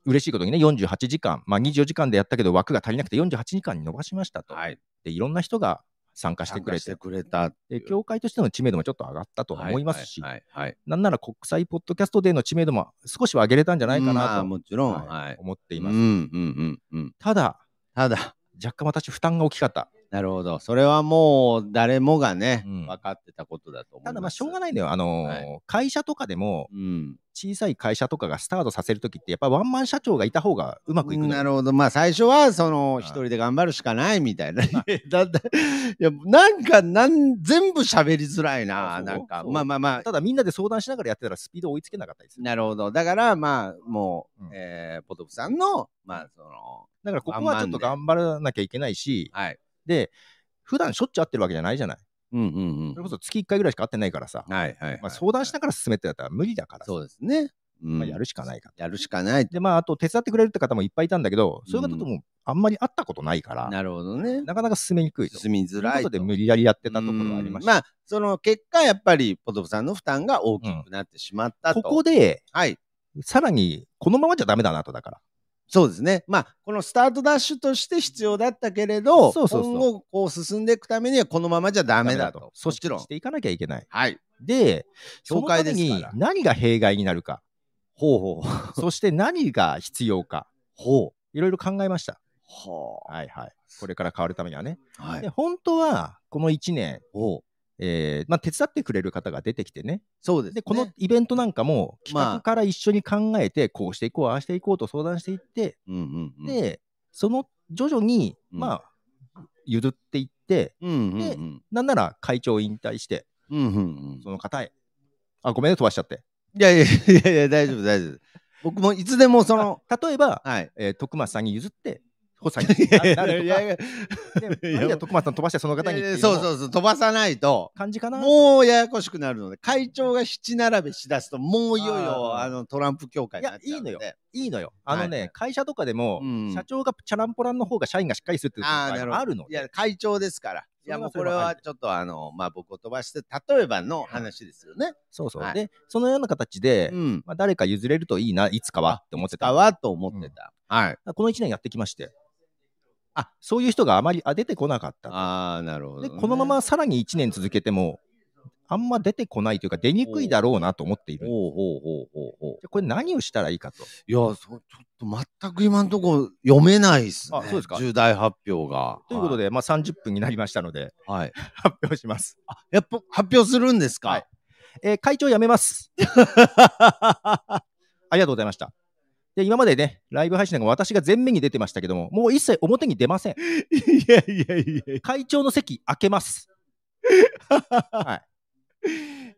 Speaker 1: 嬉しいことにね、48時間、まあ、24時間でやったけど、枠が足りなくて48時間に伸ばしましたと。
Speaker 2: はい。
Speaker 1: で、いろんな人が参加してくれ
Speaker 2: 参加して
Speaker 1: て、
Speaker 2: くれた。
Speaker 1: で教会としての知名度もちょっと上がったとは思いますし、
Speaker 2: はいはいはい。
Speaker 1: なんなら国際ポッドキャストデーの知名度も少しは上げれたんじゃないか
Speaker 2: ま
Speaker 1: な
Speaker 2: あ
Speaker 1: と
Speaker 2: もちろん。
Speaker 1: は
Speaker 2: はいい。
Speaker 1: 思ってい
Speaker 2: うん
Speaker 1: ま
Speaker 2: うん
Speaker 1: す。
Speaker 2: うんうん。
Speaker 1: ただ、
Speaker 2: ただ、
Speaker 1: 若干私、負担が大きかった。
Speaker 2: なるほど。それはもう誰もがね、
Speaker 1: うん
Speaker 2: 分かってたことだと思います。
Speaker 1: ただ、まあ、しょうがないのよ。あのー
Speaker 2: はい
Speaker 1: 会社とかでも、
Speaker 2: うん。
Speaker 1: 小さい会社とかがスタートさせるときって、やっぱワンマン社長がいた方がうまくいくのよ
Speaker 2: なるほど。まあ、最初は、その、
Speaker 1: い
Speaker 2: 一人で頑張るしかないみたいな。いや だって、いや、なんか、なん、全部喋りづらい
Speaker 1: あ
Speaker 2: な。
Speaker 1: そう
Speaker 2: なんか、
Speaker 1: そう
Speaker 2: まあまあまあ、
Speaker 1: ただみんなで相談しながらやってたらスピード追いつけなかったりする。
Speaker 2: なるほど。だから、まあ、もう、
Speaker 1: うん
Speaker 2: えー、ポトフさんの、まあ、その、
Speaker 1: だからここはちょっと頑張らなきゃいけないし、
Speaker 2: はい。
Speaker 1: で、普段しょっちゅう会ってるわけじゃないじゃない。
Speaker 2: うんうん
Speaker 1: それこそ月1回ぐらいしか会ってないからさ、
Speaker 2: はいはい、はい。
Speaker 1: まあ、相談しながら進めってだったら無理だからさ、
Speaker 2: そうですね。うん
Speaker 1: まあ、やるしかないか
Speaker 2: やるしかない
Speaker 1: ら。。で、まあ、あと手伝ってくれるって方もいっぱいいたんだけど、そういう方ともあんまり会ったことないから、
Speaker 2: なるほどね。
Speaker 1: なかなか進めにくいと。
Speaker 2: 進みづらい。
Speaker 1: ということとで無理やりやってたところはありました。
Speaker 2: うんまあ、その結果、やっぱり、ポトフさんの負担が大きくなってしまったと。
Speaker 1: ここで、
Speaker 2: はい。
Speaker 1: さらに、このままじゃダメだなと、だから。
Speaker 2: そうですね。まあ、このスタートダッシュとして必要だったけれど、
Speaker 1: そうそうそう
Speaker 2: 今後、こう進んでいくためには、このままじゃダメだと。も
Speaker 1: 組
Speaker 2: ち
Speaker 1: 織
Speaker 2: ろん
Speaker 1: し。ていかなきゃいけない。
Speaker 2: はい。
Speaker 1: で、そ
Speaker 2: 教
Speaker 1: の
Speaker 2: 会
Speaker 1: た
Speaker 2: で
Speaker 1: め
Speaker 2: すから
Speaker 1: に何が弊害になるか、
Speaker 2: ほうほうほう。
Speaker 1: そして何が必要か、
Speaker 2: ほ
Speaker 1: いろいろ考えました。
Speaker 2: う。ほ
Speaker 1: はいはい。これから変わるためにはね。
Speaker 2: う。は
Speaker 1: で、
Speaker 2: い。
Speaker 1: 本当は、この1年、
Speaker 2: ほう。
Speaker 1: えーまあ、手伝ってくれる方が出てきてね。
Speaker 2: そうです、ね。
Speaker 1: で、このイベントなんかも、企
Speaker 2: まあ
Speaker 1: 画から一緒に考えて、こうしていこう、ああしていこうと相談していって、
Speaker 2: うんうんうん、
Speaker 1: で、その徐々に、
Speaker 2: うん
Speaker 1: まあ、譲っていって、
Speaker 2: うんうんうん。
Speaker 1: なんなら会長を引退して、
Speaker 2: うんうんうん。
Speaker 1: その方へ。あ、ごめんね、飛ばしちゃって。
Speaker 2: いやいやいやいや、大丈夫、大丈夫。僕もいつでもその、
Speaker 1: 例えば、
Speaker 2: はい。
Speaker 1: えー徳松さんに譲って、補佐になるとか、
Speaker 2: いやいや
Speaker 1: であるいは徳松さん飛ばしてその方にってい
Speaker 2: そう
Speaker 1: うのも
Speaker 2: そうそう、飛ばさないと、
Speaker 1: 感じかな。
Speaker 2: もうややこしくなるので、会長が七並べしだすと、もういよいよ、
Speaker 1: あー
Speaker 2: あの、トランプ協会になっちゃうので。
Speaker 1: いやいいのいいのよ。あのね、
Speaker 2: はい
Speaker 1: 会社とかでも、
Speaker 2: うん
Speaker 1: 社長がチャランポランの方が社員がしっかりするっていう
Speaker 2: ああ、な
Speaker 1: の
Speaker 2: るほ
Speaker 1: が
Speaker 2: ど。
Speaker 1: あるの
Speaker 2: い
Speaker 1: で。
Speaker 2: や、会長ですから。いや、もうこれ
Speaker 1: それはそれはあ
Speaker 2: は
Speaker 1: り
Speaker 2: ちょっとあの、まあ僕を飛ばして、例えばの話ですよね。
Speaker 1: そうそう。
Speaker 2: はい
Speaker 1: で、そのような形で、
Speaker 2: うん。
Speaker 1: まあ、誰か譲れるといいな、いつかはって思ってた。
Speaker 2: だわと思ってた。はい。
Speaker 1: この1年やってきまして。あそういう人があまりあ出てこなかった。
Speaker 2: ああ、なるほど、
Speaker 1: で、
Speaker 2: ね。
Speaker 1: このままさらに1年続けても、あんま出てこないというか、出にくいだろうなと思っている。
Speaker 2: ほうほうほうほうほう。
Speaker 1: でこれ何をしたらいいかと。
Speaker 2: いや、そうちょっと全く今のところ読めないですね。
Speaker 1: あそうですか
Speaker 2: 重大発表が。
Speaker 1: ということで、まあ30分になりましたので、
Speaker 2: はい。はい。
Speaker 1: 発表します。
Speaker 2: やっぱ発表するんですか、
Speaker 1: はいえー会長辞めます。 ありがとうございました。で今までね、ライブ配信なんか私が前面に出てましたけども、もう一切表に出ません。
Speaker 2: いやいやいや
Speaker 1: 会長の席開け ます。は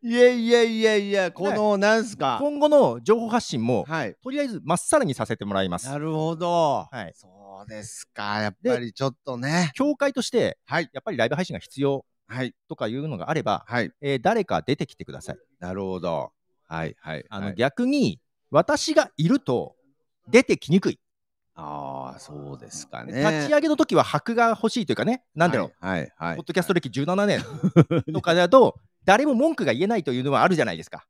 Speaker 1: い
Speaker 2: やいやいやいや、この、なんす
Speaker 1: い、
Speaker 2: か。
Speaker 1: 今後の情報発信も、
Speaker 2: はい。
Speaker 1: とりあえずまっさらにさせてもらいます
Speaker 2: な。るほど。
Speaker 1: はい
Speaker 2: そうですか。やっぱりちょっとね。
Speaker 1: 協会として、
Speaker 2: はい
Speaker 1: やっぱりライブ配信が必要
Speaker 2: はい。
Speaker 1: とかいうのがあれば、
Speaker 2: はい。
Speaker 1: えー誰か出てきてください。
Speaker 2: なるほど。はいはい。
Speaker 1: あの、
Speaker 2: はい
Speaker 1: 逆に、私がいると出てきにくい。
Speaker 2: ああ、そうですかね。
Speaker 1: 立ち上げの時は箔が欲しいというかね、なんだろう、
Speaker 2: はいはいはい。
Speaker 1: ポッドキャスト歴17年 とかだと、誰も文句が言えないというのはあるじゃないですか。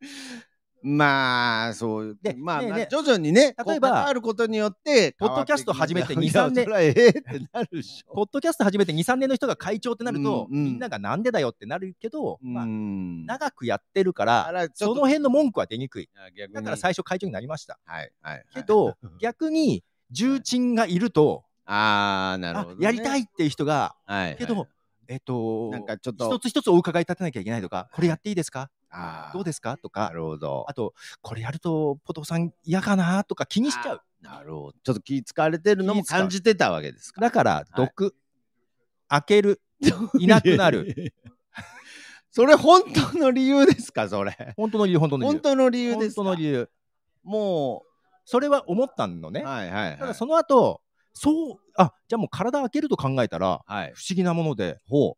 Speaker 2: まあ、そう。
Speaker 1: で
Speaker 2: まあ、
Speaker 1: ねえ
Speaker 2: まあ
Speaker 1: ねえ
Speaker 2: 徐々にね、
Speaker 1: 例えば
Speaker 2: あることによって、
Speaker 1: ポッドキャスト始めて2 3年
Speaker 2: 変わってきていやそりゃええってなるでしょ。
Speaker 1: ポッドキャスト始めて2、3年の人が会長ってなると、
Speaker 2: うんうん
Speaker 1: みんながなんでだよってなるけど、まあ、
Speaker 2: んだか
Speaker 1: 長くやってるから、
Speaker 2: ら、
Speaker 1: その
Speaker 2: 辺、
Speaker 1: 辺の文句は出にくい。
Speaker 2: 逆
Speaker 1: だから最初会長になりました。
Speaker 2: はいはいはい。
Speaker 1: けど、逆に重鎮がいると、
Speaker 2: ああ、なる
Speaker 1: あ
Speaker 2: ほど、ね。
Speaker 1: やりたいっ、ていう人が、
Speaker 2: はいはい
Speaker 1: けど、、えっと、
Speaker 2: なんかちょっ
Speaker 1: 一
Speaker 2: と、
Speaker 1: つ一つお伺い立てなきゃいけないとか、これやっていいですか
Speaker 2: ああ
Speaker 1: どうですかと
Speaker 2: な
Speaker 1: か、
Speaker 2: るほど
Speaker 1: あ。と、これやるとポトフさん嫌かなとか気にしちゃう。
Speaker 2: なるほど。ちょっと気使われてるのも
Speaker 1: 気使う
Speaker 2: 感じてたわけですか。
Speaker 1: だから、毒、開け る、いなくなる。
Speaker 2: いやいやいや。 それ本当の理由ですかそれ。
Speaker 1: 本当の理由、本当の理由。
Speaker 2: 本当の理由ですか。
Speaker 1: 本当の理由。
Speaker 2: も
Speaker 1: それは思ったの
Speaker 2: う、
Speaker 1: ね。
Speaker 2: はいはい、はい。
Speaker 1: ただ、その後、そう、あじゃあもう体開けると考えたら、
Speaker 2: はい。
Speaker 1: 不思議なもので、ほう。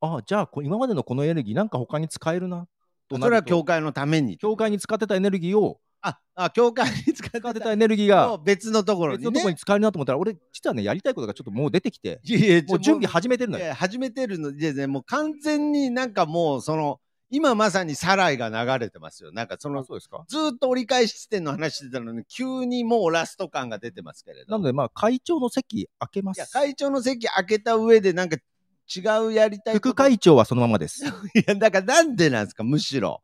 Speaker 1: あじゃあこ、今までのこのエネルギー、なんか他に使えるなとな
Speaker 2: それは
Speaker 1: ると。
Speaker 2: 教会のために。
Speaker 1: 教会に使ってたエネルギーを、
Speaker 2: あ、あ教会に使って
Speaker 1: 使って
Speaker 2: た
Speaker 1: たエネルギーが、
Speaker 2: の別のところ
Speaker 1: 別
Speaker 2: に
Speaker 1: のとこに
Speaker 2: ね。
Speaker 1: 使えるなと思ったら、俺、実はね、やりたいことがちょっともう出てきて、
Speaker 2: いやいやちょ
Speaker 1: もう準備始めてるの
Speaker 2: い
Speaker 1: よ。
Speaker 2: や始めてるので、ね、もう完全になんかもうその今まさにサライが流れてますよなんかそ
Speaker 1: あ
Speaker 2: の
Speaker 1: そうですか。
Speaker 2: ずーっと折り返し地点の話してたのに急にもうラスト感が出てますけれど
Speaker 1: なので、まあ、会長の席開けま
Speaker 2: いや
Speaker 1: す。
Speaker 2: 会長の席開けた上でなんか違うやりたいこ
Speaker 1: 副
Speaker 2: と
Speaker 1: 会長はそのままです。い
Speaker 2: いやだからなんでなんですかむしろ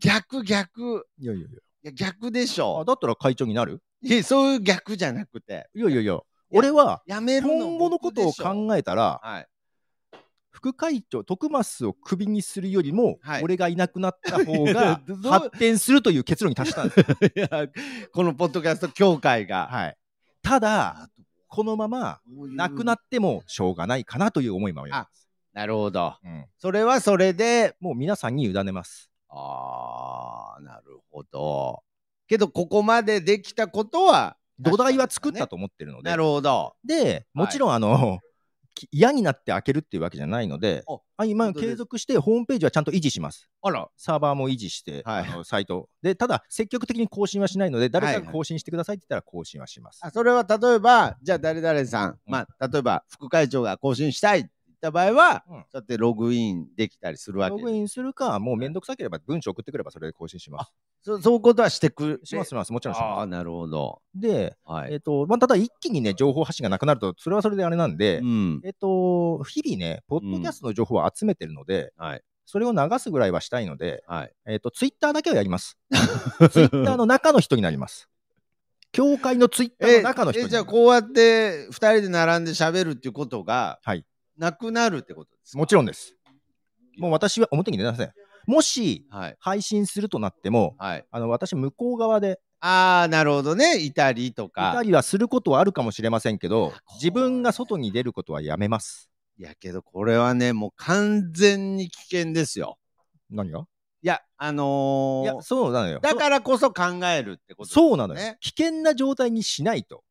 Speaker 2: 逆逆
Speaker 1: やいやいや。
Speaker 2: いや逆でし
Speaker 1: あ
Speaker 2: ょ
Speaker 1: だったら会長になる
Speaker 2: いやそういう逆じゃなくて
Speaker 1: いやいやいや。俺は、
Speaker 2: やめるの
Speaker 1: 今後のことを
Speaker 2: 僕でしょ
Speaker 1: 考えたら、
Speaker 2: はい
Speaker 1: 副会長、徳増をクビにするよりも、
Speaker 2: はい
Speaker 1: 俺がいなくなった方
Speaker 2: い や
Speaker 1: が
Speaker 2: どう
Speaker 1: 発展するという結論に達したんです よ。
Speaker 2: いやこのポッドキャスト協会が、
Speaker 1: はい、ただ、このままなくな
Speaker 2: っ
Speaker 1: ってもしょうがないかなという思いもあります。
Speaker 2: なるほど
Speaker 1: うん、
Speaker 2: それはそれで
Speaker 1: もう皆さんに委ねます。
Speaker 2: あーなるほどけどここまでできたことは
Speaker 1: 土台は作ったと思ってるので、
Speaker 2: なるほど
Speaker 1: でもちろんあの、 き嫌になって開けるっていうわけじゃないので
Speaker 2: お、
Speaker 1: あ
Speaker 2: 本
Speaker 1: 今
Speaker 2: 当です
Speaker 1: 継続してホームページはちゃんと維持します。
Speaker 2: あら
Speaker 1: サーバーも維持して、
Speaker 2: はい
Speaker 1: あのサイトでただ積極的に更新はしないので誰か
Speaker 2: はいは
Speaker 1: が
Speaker 2: い
Speaker 1: 更新してくださいって言ったら更新はします。
Speaker 2: あそれは例えばじゃあ誰々さん、まあ、例えば副会長が更新したいって言った場合は、
Speaker 1: うん
Speaker 2: そうやってログインできたりするわけ
Speaker 1: ログインするか、もうめんどくさければ文章送ってくればそれで更新します。
Speaker 2: そそういうことはしてく
Speaker 1: しますします、もちろんし
Speaker 2: あ
Speaker 1: ま
Speaker 2: あーなるほど
Speaker 1: す。で、
Speaker 2: は
Speaker 1: え
Speaker 2: い
Speaker 1: っ、と、まあ、ただ一気にね、情報発信がなくなると、それはそれであれなんで、
Speaker 2: うん
Speaker 1: えっと、日々ね、ポッドキャストの情報を集めてるので、
Speaker 2: はい
Speaker 1: それを流すぐらいはしたいので、
Speaker 2: はい
Speaker 1: えっと、ツイッターだけはやります。ツイッターの中の人になります。教会のツイッターの中の人に
Speaker 2: え
Speaker 1: な
Speaker 2: じゃあ
Speaker 1: ります。
Speaker 2: こうやって2人で並んで喋るっていうことが、
Speaker 1: はい
Speaker 2: なくなるってことですか
Speaker 1: もちろんです。もう私は表に出ません。もし、
Speaker 2: はい
Speaker 1: 配信するとなっても、
Speaker 2: はい
Speaker 1: あの私、向こう側で
Speaker 2: ああなるほどねいたりと
Speaker 1: い
Speaker 2: か
Speaker 1: たりはすることはあるかもしれませんけど、自分が外に出ることはやめます。
Speaker 2: いやけどこれはねもう完全に危険ですよ
Speaker 1: 何が
Speaker 2: いやあの
Speaker 1: い
Speaker 2: ー
Speaker 1: や、そうなのよ。
Speaker 2: だからこそ考えるってことですね
Speaker 1: そうなのよ。危険な状態にしないと。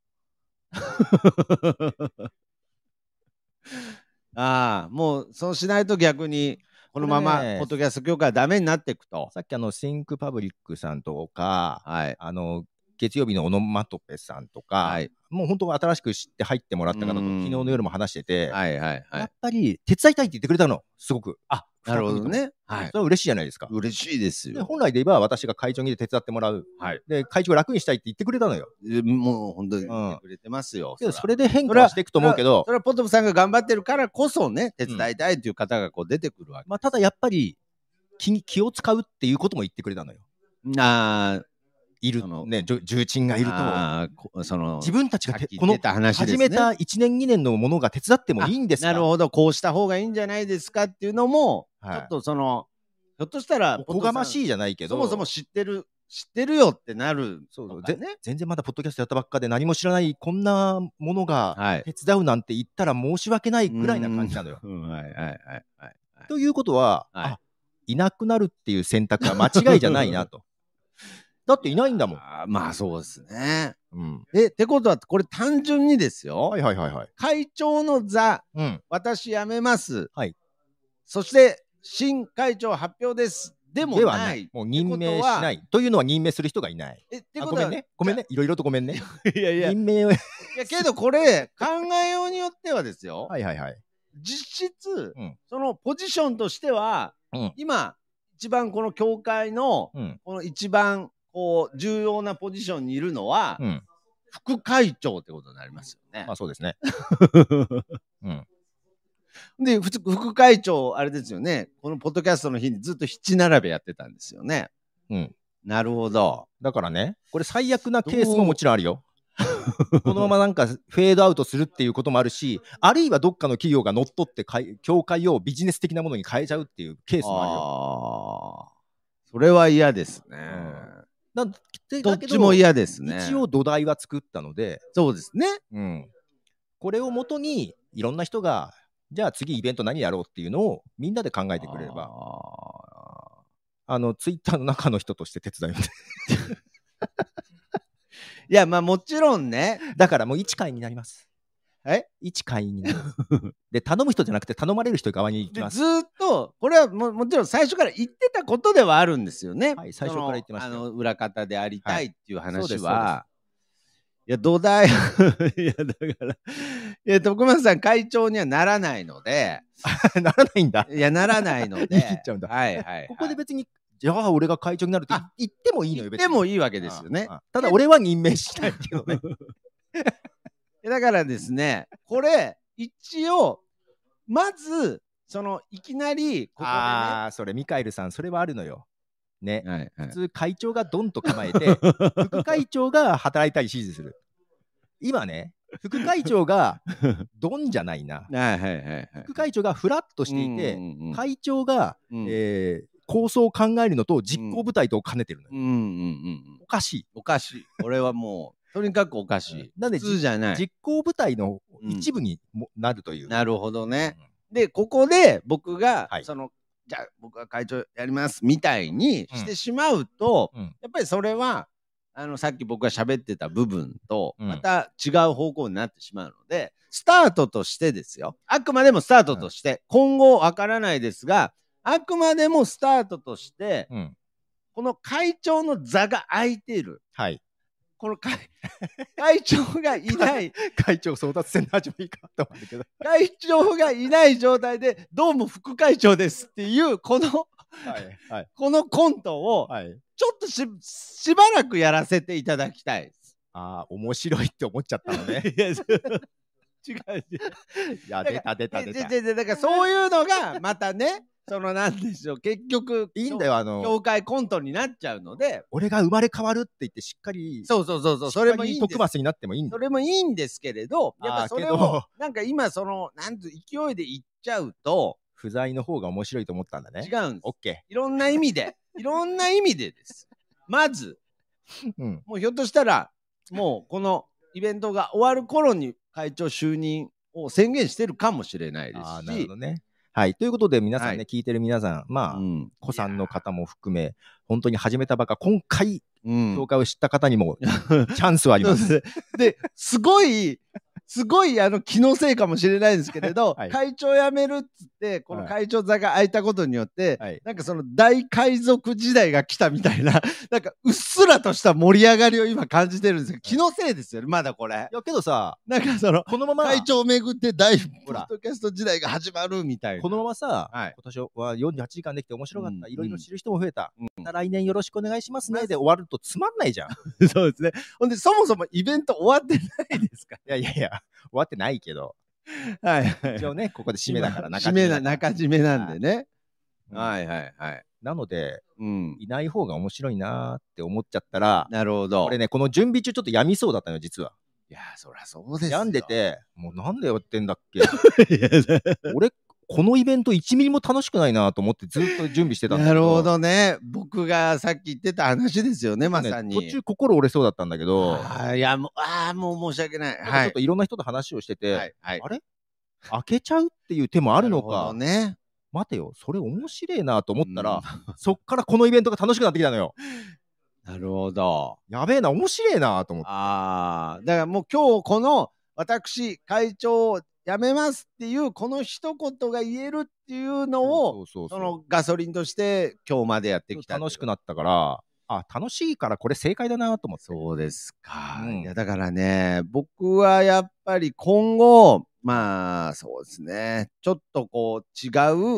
Speaker 2: ああもうそうしないと逆にこのまま
Speaker 1: これね
Speaker 2: ポッドキャスト協会はダメになっていくと
Speaker 1: さっきあの、シンクパブリックさんとか、
Speaker 2: はい
Speaker 1: あの、月曜日のオノマトペさんとか、
Speaker 2: はい
Speaker 1: もう本当新しく知って入ってもらった方と
Speaker 2: う
Speaker 1: 昨
Speaker 2: ん
Speaker 1: 日の夜も話してて、
Speaker 2: はいはいは
Speaker 1: や
Speaker 2: い
Speaker 1: っぱり手伝いたいって言ってくれたの、すごく。あ、
Speaker 2: なるほど。ねはい
Speaker 1: それは嬉しいじゃないですか。
Speaker 2: 嬉しいです
Speaker 1: で
Speaker 2: よ
Speaker 1: 本来で言えば私が会長に手伝ってもらう。
Speaker 2: はい
Speaker 1: で、会長を楽にしたいって言ってくれたのよ。
Speaker 2: えもう本当に
Speaker 1: ん
Speaker 2: 言ってくれてますよ、
Speaker 1: けど
Speaker 2: そ
Speaker 1: そ
Speaker 2: れ
Speaker 1: れで変化はしていくと思うけど
Speaker 2: そ、れはポトフさんが頑張ってるからこそね手伝いたいという方がこう出てくるわけ、
Speaker 1: まあ、ただやっぱり気気を使うっていうことも言ってくれたのよ。
Speaker 2: あー
Speaker 1: いる
Speaker 2: そ
Speaker 1: の
Speaker 2: の
Speaker 1: ね、じょ重鎮がいると。
Speaker 2: あーこその
Speaker 1: 自分たちが
Speaker 2: さってき
Speaker 1: この
Speaker 2: 出た話です
Speaker 1: 始め
Speaker 2: ね
Speaker 1: た1年2年のものが手伝ってもいいんですか
Speaker 2: なるほどこうした方がいいんじゃないですかっていうのも、
Speaker 1: はい
Speaker 2: ちょっとそのひょっとしたら
Speaker 1: おこがま
Speaker 2: い
Speaker 1: しいじゃないけど
Speaker 2: そもそも知ってる知ってるよってなる
Speaker 1: そうそう
Speaker 2: と
Speaker 1: ぜ
Speaker 2: かね
Speaker 1: 全然まだポッドキャストやったばっかで何も知らないこんなものが
Speaker 2: はい
Speaker 1: 手伝うなんて言ったら申し訳ないぐらいな感じなのよ。
Speaker 2: うんはいはいはいはい
Speaker 1: ということは、
Speaker 2: はい
Speaker 1: あいなくなるっていう選択は間違いじゃないな と。だっていないんだもん。
Speaker 2: あーまあそうですね
Speaker 1: うん、
Speaker 2: えってことはこれ単純にですよ、
Speaker 1: はいはいはいはい。
Speaker 2: 会長の座
Speaker 1: うん、
Speaker 2: 私辞めます、
Speaker 1: はい
Speaker 2: そして新会長発表ですでもない
Speaker 1: はもう任命しないというのは任命する人がいない。
Speaker 2: えって
Speaker 1: あ
Speaker 2: こ
Speaker 1: ご
Speaker 2: と
Speaker 1: め
Speaker 2: は
Speaker 1: ん ね、ごめんね、いろいろとごめんね。
Speaker 2: いやいやい
Speaker 1: 任命を。は
Speaker 2: やけどこれ考えようによってはですよ、
Speaker 1: いはいはい。
Speaker 2: 実質、
Speaker 1: うん
Speaker 2: そのポジションとしては、
Speaker 1: うん
Speaker 2: 今一番この協会の
Speaker 1: うん、
Speaker 2: この一番こう重要なポジションにいるのは、
Speaker 1: うん、
Speaker 2: 副会長ってことになりますよね
Speaker 1: ま。あそうですね。うん、
Speaker 2: で普通副会長あれですよねこのポッドキャストの日にずっと七並べやってたんですよね。
Speaker 1: うん、
Speaker 2: なるほど。
Speaker 1: だからね、これ最悪なケースももちろんある よ。このままなんかフェードアウトするっていうこともあるし、あるいはどっかの企業が乗っ取ってかい、協会をビジネス的なものに変えちゃうっていうケースもあるよ。
Speaker 2: ああそれは嫌ですね。
Speaker 1: なんで
Speaker 2: ど
Speaker 1: だ
Speaker 2: っ
Speaker 1: け
Speaker 2: ちも嫌ですね。
Speaker 1: 一応土台は作ったので、
Speaker 2: そうですね。
Speaker 1: うん、これをもとにいろんな人が、じゃあ次イベント何やろうっていうのをみんなで考えてくれれば、
Speaker 2: ば。
Speaker 1: あのツイッターの中の人として手伝います
Speaker 2: いやまあもちろんね
Speaker 1: だからもう一会になります。
Speaker 2: え
Speaker 1: 一会員になります。で、頼む人じゃなくて頼まれる人側に行き
Speaker 2: で
Speaker 1: ます。
Speaker 2: ずーっとこれはももちろん最初から言ってたことではあるんですよね。
Speaker 1: はい最初から言ってました
Speaker 2: そ
Speaker 1: よ
Speaker 2: のあの裏方でありたいっていう
Speaker 1: そう
Speaker 2: 話
Speaker 1: です
Speaker 2: は。いや土台 いやだからいや徳松さん会長にはならないので
Speaker 1: ならないんだ。
Speaker 2: いやならないので
Speaker 1: 言い切っちゃうんだ
Speaker 2: はいはい、はい、
Speaker 1: ここで別に、じゃあ俺が会長になるって
Speaker 2: あ
Speaker 1: 言ってもいいの
Speaker 2: 言
Speaker 1: よ、
Speaker 2: っ
Speaker 1: 別
Speaker 2: て
Speaker 1: に。
Speaker 2: もいいわけですよね
Speaker 1: あ。あただ俺は任命しないけどね。
Speaker 2: いやだからですねこれ一応まずそのいきなりここ
Speaker 1: ああ、それ、ミカエルさん、それはあるのよ。ね
Speaker 2: で。ね、はいはい
Speaker 1: 普通、会 長がドンと構えて、副会長が働いたり指示する。今ね、副会長 が、ドンじゃないな。
Speaker 2: はいはいはいはい。
Speaker 1: 副会長がフラッとしてい
Speaker 2: うん
Speaker 1: て、
Speaker 2: うんうん
Speaker 1: 会長が、
Speaker 2: うん
Speaker 1: えー構想を考えるのと実行部隊とを兼ねてるのよ。
Speaker 2: うんうんうんうん
Speaker 1: おかし
Speaker 2: おかしい。俺はも う、とにかくおかしい。
Speaker 1: なんで。
Speaker 2: 普通じゃないい。
Speaker 1: 実行部隊の
Speaker 2: うん
Speaker 1: 一部にもなるという。
Speaker 2: なるほどね。
Speaker 1: うん
Speaker 2: で、ここで僕が、
Speaker 1: はい
Speaker 2: その、じゃあ僕は会長やりますみたいにしてしまうと、
Speaker 1: うん
Speaker 2: やっぱりそれは、あの、さっき僕が喋ってた部分と、
Speaker 1: うん
Speaker 2: また違う方向になってしまうので、スタートとしてですよ。あくまでもスタートとして、今後わからないですが、あくまでもスタートとして、
Speaker 1: うん
Speaker 2: この会長の座が空いている。
Speaker 1: はい。
Speaker 2: この会、 会長がいない、
Speaker 1: 会長争奪戦の始まりかと思ったけど。
Speaker 2: 会長がいない状態で、どうも副会長ですっていう、この、
Speaker 1: はい。はい。
Speaker 2: このコントを、
Speaker 1: はい。
Speaker 2: ちょっとし、しばらくやらせていただきたいです。
Speaker 1: ああ、面白いって思っちゃったのね。
Speaker 2: いや、そう違う。
Speaker 1: いや、
Speaker 2: だ
Speaker 1: 出
Speaker 2: か
Speaker 1: た出た
Speaker 2: で
Speaker 1: 出
Speaker 2: で
Speaker 1: た。
Speaker 2: ででだからそういうのが、またね、その、なんでしょう、結局、
Speaker 1: いいんだよ、あの、
Speaker 2: 教会コントになっちゃうので、
Speaker 1: 俺が生まれ変わるって言ってしっかり、
Speaker 2: そうそうそう、そう
Speaker 1: しっ
Speaker 2: そ
Speaker 1: かり
Speaker 2: れもいいんです
Speaker 1: 徳マスになってもいいんだ
Speaker 2: それもいいんですけれど、やっ
Speaker 1: あー
Speaker 2: ぱそれ
Speaker 1: けど
Speaker 2: を、なんか今、その、なんと勢いでいっちゃうと、
Speaker 1: 不在の方が面白いと思ったんだね
Speaker 2: 違。うんです
Speaker 1: オッ。ケ
Speaker 2: いろんな意味で、いろんな意味でです。まず、
Speaker 1: ー。うん。
Speaker 2: もうひょっとしたら、もうこのイベントが終わる頃に会長就任を宣言してるかもしれないで
Speaker 1: ああ、
Speaker 2: す
Speaker 1: なるほ
Speaker 2: し
Speaker 1: ど、ね。はい。ということで、皆さんね、
Speaker 2: はい
Speaker 1: 聞いてる皆さん、まあ、
Speaker 2: うん
Speaker 1: 子さんの方も含め、本当に始めたばか、今回、
Speaker 2: うん
Speaker 1: 教会を知った方にも、チャンスはあります。
Speaker 2: そうですですごい、 すごいあの気のせいかもしれないんですけれど、
Speaker 1: はい
Speaker 2: 会長辞めるっつって、この会長座が空いたことによって、
Speaker 1: はい。
Speaker 2: なんかその大海賊時代が来たみたいな、 なんかうっすらとした盛り上がりを今感じてるんですけど、気のせいですよね、まだこれ。
Speaker 1: いや、けどさ、
Speaker 2: なんかその、
Speaker 1: このまま、
Speaker 2: 会長をめぐって大ポ
Speaker 1: ほら
Speaker 2: ッドキャスト時代が始まるみたいな。
Speaker 1: このままさ、
Speaker 2: はい
Speaker 1: 今年は48時間できて面白かっ
Speaker 2: うん
Speaker 1: た、いろいろ知る人も増えた、
Speaker 2: うん
Speaker 1: また来年よろしくお願いしますね、で終わるとつまんないじゃん。 い
Speaker 2: そうですね。ほんで、そもそもイベント終わってないですか
Speaker 1: やいやいや、終わってないけど、
Speaker 2: ら。 はい、はい
Speaker 1: 一応ね、ここで締めだから、
Speaker 2: 締めな、中締めなんでね。
Speaker 1: はい。
Speaker 2: いはいはい。
Speaker 1: なので、
Speaker 2: うん。
Speaker 1: いない方が面白いなーって思っちゃったら、
Speaker 2: なるほど。
Speaker 1: これね、この準備中ちょっとやみそうだったのよ、実は。
Speaker 2: いや、そりゃそうですよ。
Speaker 1: 病んで。て、もうなんでやってんだっけ
Speaker 2: な
Speaker 1: 俺、このイベント1ミリも楽しくないなと思ってずっと準備してたんだけ
Speaker 2: る
Speaker 1: ど。
Speaker 2: ほどね。僕がさっき言ってた話ですよね、ま
Speaker 1: ね
Speaker 2: さに。
Speaker 1: 途中心折れそうだったんだけど、
Speaker 2: あーいや、もう、ああ、もう申し訳ない。
Speaker 1: なんか
Speaker 2: は
Speaker 1: ちょっ
Speaker 2: い
Speaker 1: と。いろんな人と話をしてて、
Speaker 2: はい。はい
Speaker 1: あ。れ開けちゃうっていう手もあるの
Speaker 2: なほ
Speaker 1: か
Speaker 2: ど。ね。
Speaker 1: 待てよ、それ面白いなと思ったら、
Speaker 2: うん
Speaker 1: そっからこのイベントが楽しくなってきたのよ。
Speaker 2: なるほど。
Speaker 1: やべえな、面白いなと思って。
Speaker 2: ああ、だからもう今日この私会長を辞めますっていうこの一言が言えるっていうのを、
Speaker 1: そうそうそ
Speaker 2: そうのガソリンとして今日までやってきた。
Speaker 1: 楽しくなったから、あ、楽しいからこれ正解だなと思って。
Speaker 2: そうですか。
Speaker 1: うん
Speaker 2: いやだからね、僕はやっぱり今後、まあそうですね、ちょっとこう違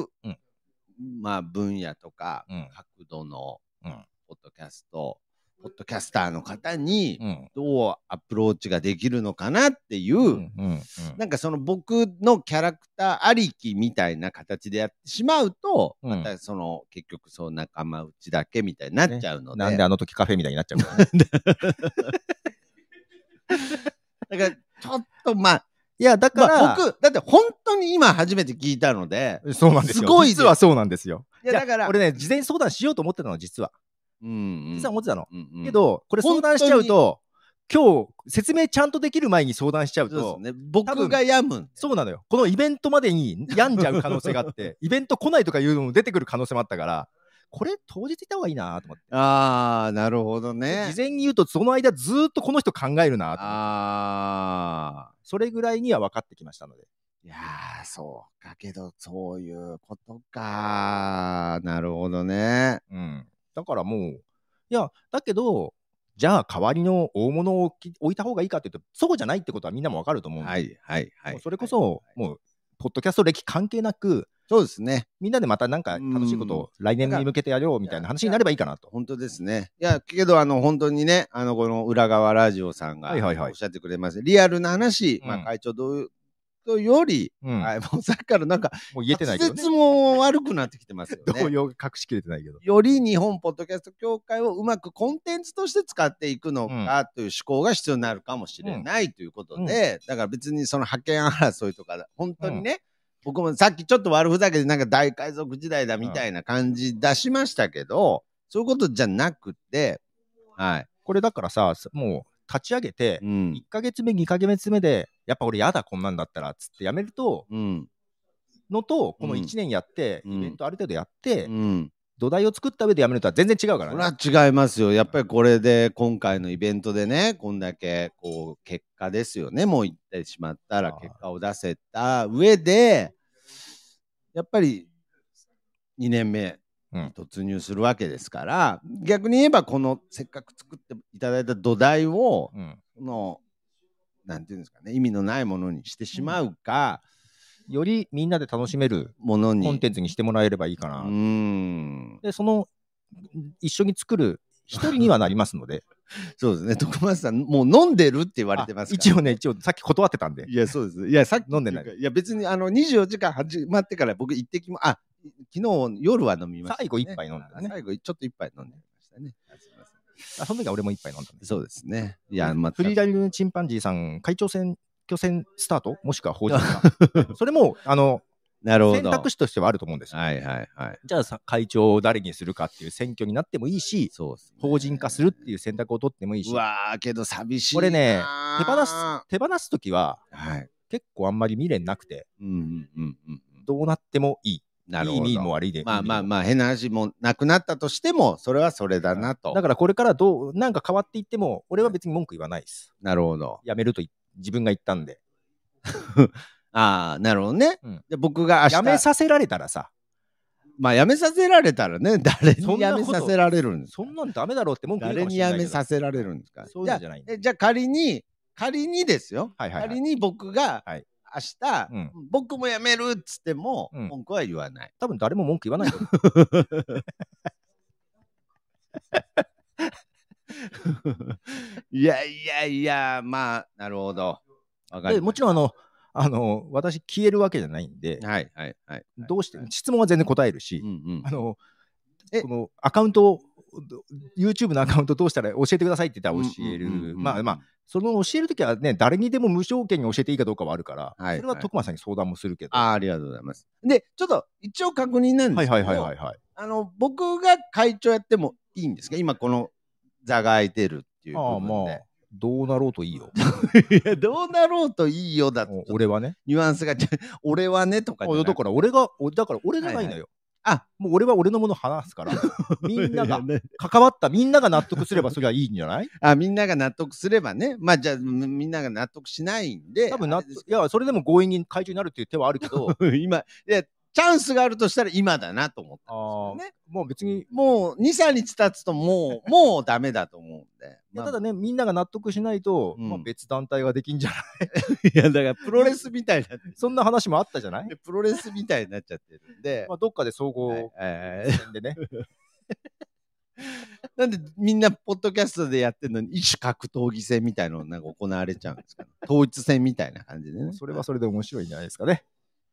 Speaker 2: う、
Speaker 1: うん
Speaker 2: まあ分野とか
Speaker 1: うん。
Speaker 2: 角度の
Speaker 1: うん。
Speaker 2: ポッドキャスト、ポッドキャスターの方に
Speaker 1: うん。
Speaker 2: どうアプローチができるのかなっていう、
Speaker 1: うん。うん。
Speaker 2: なんかその僕のキャラクターありきみたいな形でやってしまうと、
Speaker 1: うん
Speaker 2: またその結局そう仲間内だけみたいになっちゃうので。
Speaker 1: なんであの時カフェみたいになっちゃうの
Speaker 2: だからちょっとまあ、
Speaker 1: いや、だ
Speaker 2: ま
Speaker 1: から、
Speaker 2: あ僕、だって本当に今初めて聞いたので、
Speaker 1: そうなんですよ。
Speaker 2: すごいです
Speaker 1: 実はそうなんですよ。
Speaker 2: いやだから、
Speaker 1: 俺ね、事前相談しようと思ってたの、実は。
Speaker 2: うんうん
Speaker 1: 実は思ってたの。
Speaker 2: うんうん
Speaker 1: けど、これ相談しちゃうと、今日、説明ちゃんとできる前に相談しちゃうと、
Speaker 2: そうですね、
Speaker 1: 多
Speaker 2: 僕
Speaker 1: 分
Speaker 2: が病むんで。
Speaker 1: そうなのよ。このイベントまでに病んじゃう可能性があ って、イベント来ないとかいうのも出てくる可能性もあったから、これ当日行った方がいいなと思って。
Speaker 2: ああ、なるほどね
Speaker 1: 事。前に言うと、その間ずーっとこの人考えるなと思って
Speaker 2: ああ。
Speaker 1: それぐらいには分かってきましたので。
Speaker 2: いやー、そうか。けど、そういうことか。なるほどね。
Speaker 1: うん。だからもう、いや、だけど、じゃあ代わりの大物をき置いた方がいいかって言うと、そうじゃないってことはみんなも分かると思うんで、
Speaker 2: はい、はい、はい
Speaker 1: もう。それこそ、もう、ポッドキャスト歴関係なく、
Speaker 2: そうですね。み
Speaker 1: みんなでまたなんか楽しいことを来年に向けてやろうみたいな話になればいいかなと。
Speaker 2: 本当ですね。いや、けど、あの、本当にね、あの、この裏側ラジオさんが、
Speaker 1: はいはいはい
Speaker 2: おっしゃってくれます。リアルな話、
Speaker 1: うん
Speaker 2: まあ、会長どういうトより、
Speaker 1: うん、
Speaker 2: はい、もうさっきからなんか、
Speaker 1: もう言えてないけど
Speaker 2: 滑
Speaker 1: ね
Speaker 2: 舌も悪くなってきてます よ
Speaker 1: 動
Speaker 2: ね。
Speaker 1: 揺が隠しきれてないけど、
Speaker 2: より日本ポッドキャスト協会をうまくコンテンツとして使っていくのかという思考が必要になるかもしれないということで、だから別にその覇権争いとか、本当にね、僕もさっきちょっと悪ふざけでなんか大海賊時代だみたいな感じ出しましたけど、そういうことじゃなくて、はい。
Speaker 1: これだからさもう立ち上げて
Speaker 2: うん
Speaker 1: 1。ヶ月目2ヶ月目でやっぱ俺やだこんなんだったらっつってやめると
Speaker 2: うん。
Speaker 1: のとこの
Speaker 2: うん
Speaker 1: 1年やって、
Speaker 2: うん
Speaker 1: イベントある程度やって、
Speaker 2: うん。
Speaker 1: 土台を作った上でやめるとは全然違うか
Speaker 2: そ
Speaker 1: ら
Speaker 2: れ
Speaker 1: ね
Speaker 2: は違いますよ。やっぱりこれで今回のイベントでね、こんだけこう結果ですよね。もう言ってしまったら
Speaker 1: はい
Speaker 2: 結果を出せた上で、やっぱり2年目に突入するわけですから、逆に言えばこのせっかく作っていただいた土台を、
Speaker 1: うん、
Speaker 2: この、なんていうんですかね、意味のないものにしてしまうか、
Speaker 1: よりみんなで楽しめる
Speaker 2: ものに。
Speaker 1: コンテンツにしてもらえればいいか
Speaker 2: う
Speaker 1: な、
Speaker 2: ーん。
Speaker 1: でその一緒に作る一人にはなりますの で
Speaker 2: そうですね。徳松さん、もう飲んでるって言われてますか
Speaker 1: あ
Speaker 2: ら
Speaker 1: 一応ね一応さっき断ってたんで
Speaker 2: いや、そうです。いや、さっき
Speaker 1: 飲んでない
Speaker 2: ってうかいや、別に、あの、24時間始まってから僕一滴も、あ、昨日夜は飲みました、
Speaker 1: 最後一杯飲んだね
Speaker 2: 最後、ちょっと一杯飲んでましたね。あすいません
Speaker 1: あその時は俺も一杯飲んだんです
Speaker 2: そうですね。いや、まあ、
Speaker 1: フリーダイルチンパンジーさん会長選挙選スタートもしくは法人化それもあの
Speaker 2: なるほ
Speaker 1: 選
Speaker 2: ど。
Speaker 1: 択肢としてはあると思うんですよ、
Speaker 2: はいはいはい。
Speaker 1: じゃあさ会長を誰にするかっていう選挙になってもいいし
Speaker 2: そうです、ね。
Speaker 1: 法人化するっていう選択を取ってもいいし
Speaker 2: うわー、けど寂しいな。
Speaker 1: これね手
Speaker 2: 手
Speaker 1: 放す
Speaker 2: は。
Speaker 1: 手放す時はい結構あんまり未練なくて
Speaker 2: うんうんうんうん。
Speaker 1: どうなってもいい
Speaker 2: なる
Speaker 1: いい
Speaker 2: ほど。
Speaker 1: 意味も悪いで
Speaker 2: まあまあ
Speaker 1: あ
Speaker 2: まあ、変な話もなくなったとしても、それはそれだなと。
Speaker 1: だからこれからどうなんか変わっていっても俺は別に文句言わないです
Speaker 2: なるほど。
Speaker 1: やめるとい自分が言ったんで
Speaker 2: ああ、なるほどね。
Speaker 1: うん
Speaker 2: で僕が明日
Speaker 1: やめさせられたらさ
Speaker 2: まあ、辞めさせられたらね、誰
Speaker 1: そん
Speaker 2: に
Speaker 1: な
Speaker 2: 辞
Speaker 1: こ
Speaker 2: め
Speaker 1: と
Speaker 2: させられるんですか
Speaker 1: そんなんダメだろうって文句言う
Speaker 2: 誰
Speaker 1: かも
Speaker 2: に
Speaker 1: しれ
Speaker 2: 辞
Speaker 1: ないけ
Speaker 2: め
Speaker 1: ど
Speaker 2: させられるんですか
Speaker 1: そういうのじゃないん
Speaker 2: じゃあえじゃあ仮に、仮にですよ。
Speaker 1: はいはいはい
Speaker 2: 仮に僕が
Speaker 1: はい
Speaker 2: 明日、
Speaker 1: うん
Speaker 2: 僕も辞めるっつっても、
Speaker 1: うん
Speaker 2: 文句は言わない。
Speaker 1: 多分誰も文句言わないと思
Speaker 2: いやいやいや、まあ、なるほど。わ
Speaker 1: う
Speaker 2: かり
Speaker 1: でもちろんあのあの私消えるわけじゃないんで
Speaker 2: ろん。はいはいはい。
Speaker 1: どうして
Speaker 2: はい
Speaker 1: 質問は全然答えるし、
Speaker 2: うんうん
Speaker 1: あの
Speaker 2: え
Speaker 1: このアカウントをど YouTube のアカウントどうしたら教えてくださいって言ったら教える、
Speaker 2: うんうんうんうん
Speaker 1: まあまあその教えるときはね誰にでも無条件に教えていいかどうかはあるから、
Speaker 2: はい
Speaker 1: それは徳間さんに相談もするけど、
Speaker 2: あーありがとうございます。で、ちょっと一応確認なんですけど、
Speaker 1: はいはいはいはいはい
Speaker 2: あの、僕が会長やってもいいんですか今この座が空いてるっていう
Speaker 1: ああ
Speaker 2: 部
Speaker 1: ま
Speaker 2: 分
Speaker 1: あ
Speaker 2: で。
Speaker 1: どうなろうと いいよ
Speaker 2: いや、どうなろうといいよだと。
Speaker 1: 俺はね
Speaker 2: ニュアンスが、ちょ 俺はねとかじゃな
Speaker 1: あ
Speaker 2: く
Speaker 1: だから俺がおだから俺じゃないのよ、
Speaker 2: はいはい
Speaker 1: もう俺は俺のもの話 すからみんなが
Speaker 2: いやね
Speaker 1: 関わったみんなが納得すればそれはいいんじゃ ない
Speaker 2: あ、みんなが納得すればね。まあじゃあ、みみんなが納得しないんで。
Speaker 1: 多分な
Speaker 2: あ
Speaker 1: い
Speaker 2: れです
Speaker 1: やそれでも強引に会長になるっていう手はあるけど
Speaker 2: 今、いや、チャンスがあるとしたら今だなと思った
Speaker 1: あ
Speaker 2: ん
Speaker 1: ー
Speaker 2: ですよね。
Speaker 1: もう別に
Speaker 2: もう2、3日経つともう、 もうダメだと思うんで。
Speaker 1: いや
Speaker 2: まあ
Speaker 1: ただね、みんなが納得しないと、
Speaker 2: うん
Speaker 1: まあ、別団体ができんじゃない
Speaker 2: いや、だからプロレスみたいになって
Speaker 1: そんな話もあったじゃ ない、
Speaker 2: プロレスみたいになっちゃってるんで。
Speaker 1: まあ、どっかで総
Speaker 2: はい
Speaker 1: 合
Speaker 2: えー
Speaker 1: 戦でね、
Speaker 2: なんでみんなポッドキャストでやってるのに一種格闘技戦みたいのなんか行われちゃうんですか、ね、統一戦みたいな感じでね。
Speaker 1: それはそれで面白いんじゃないですかね。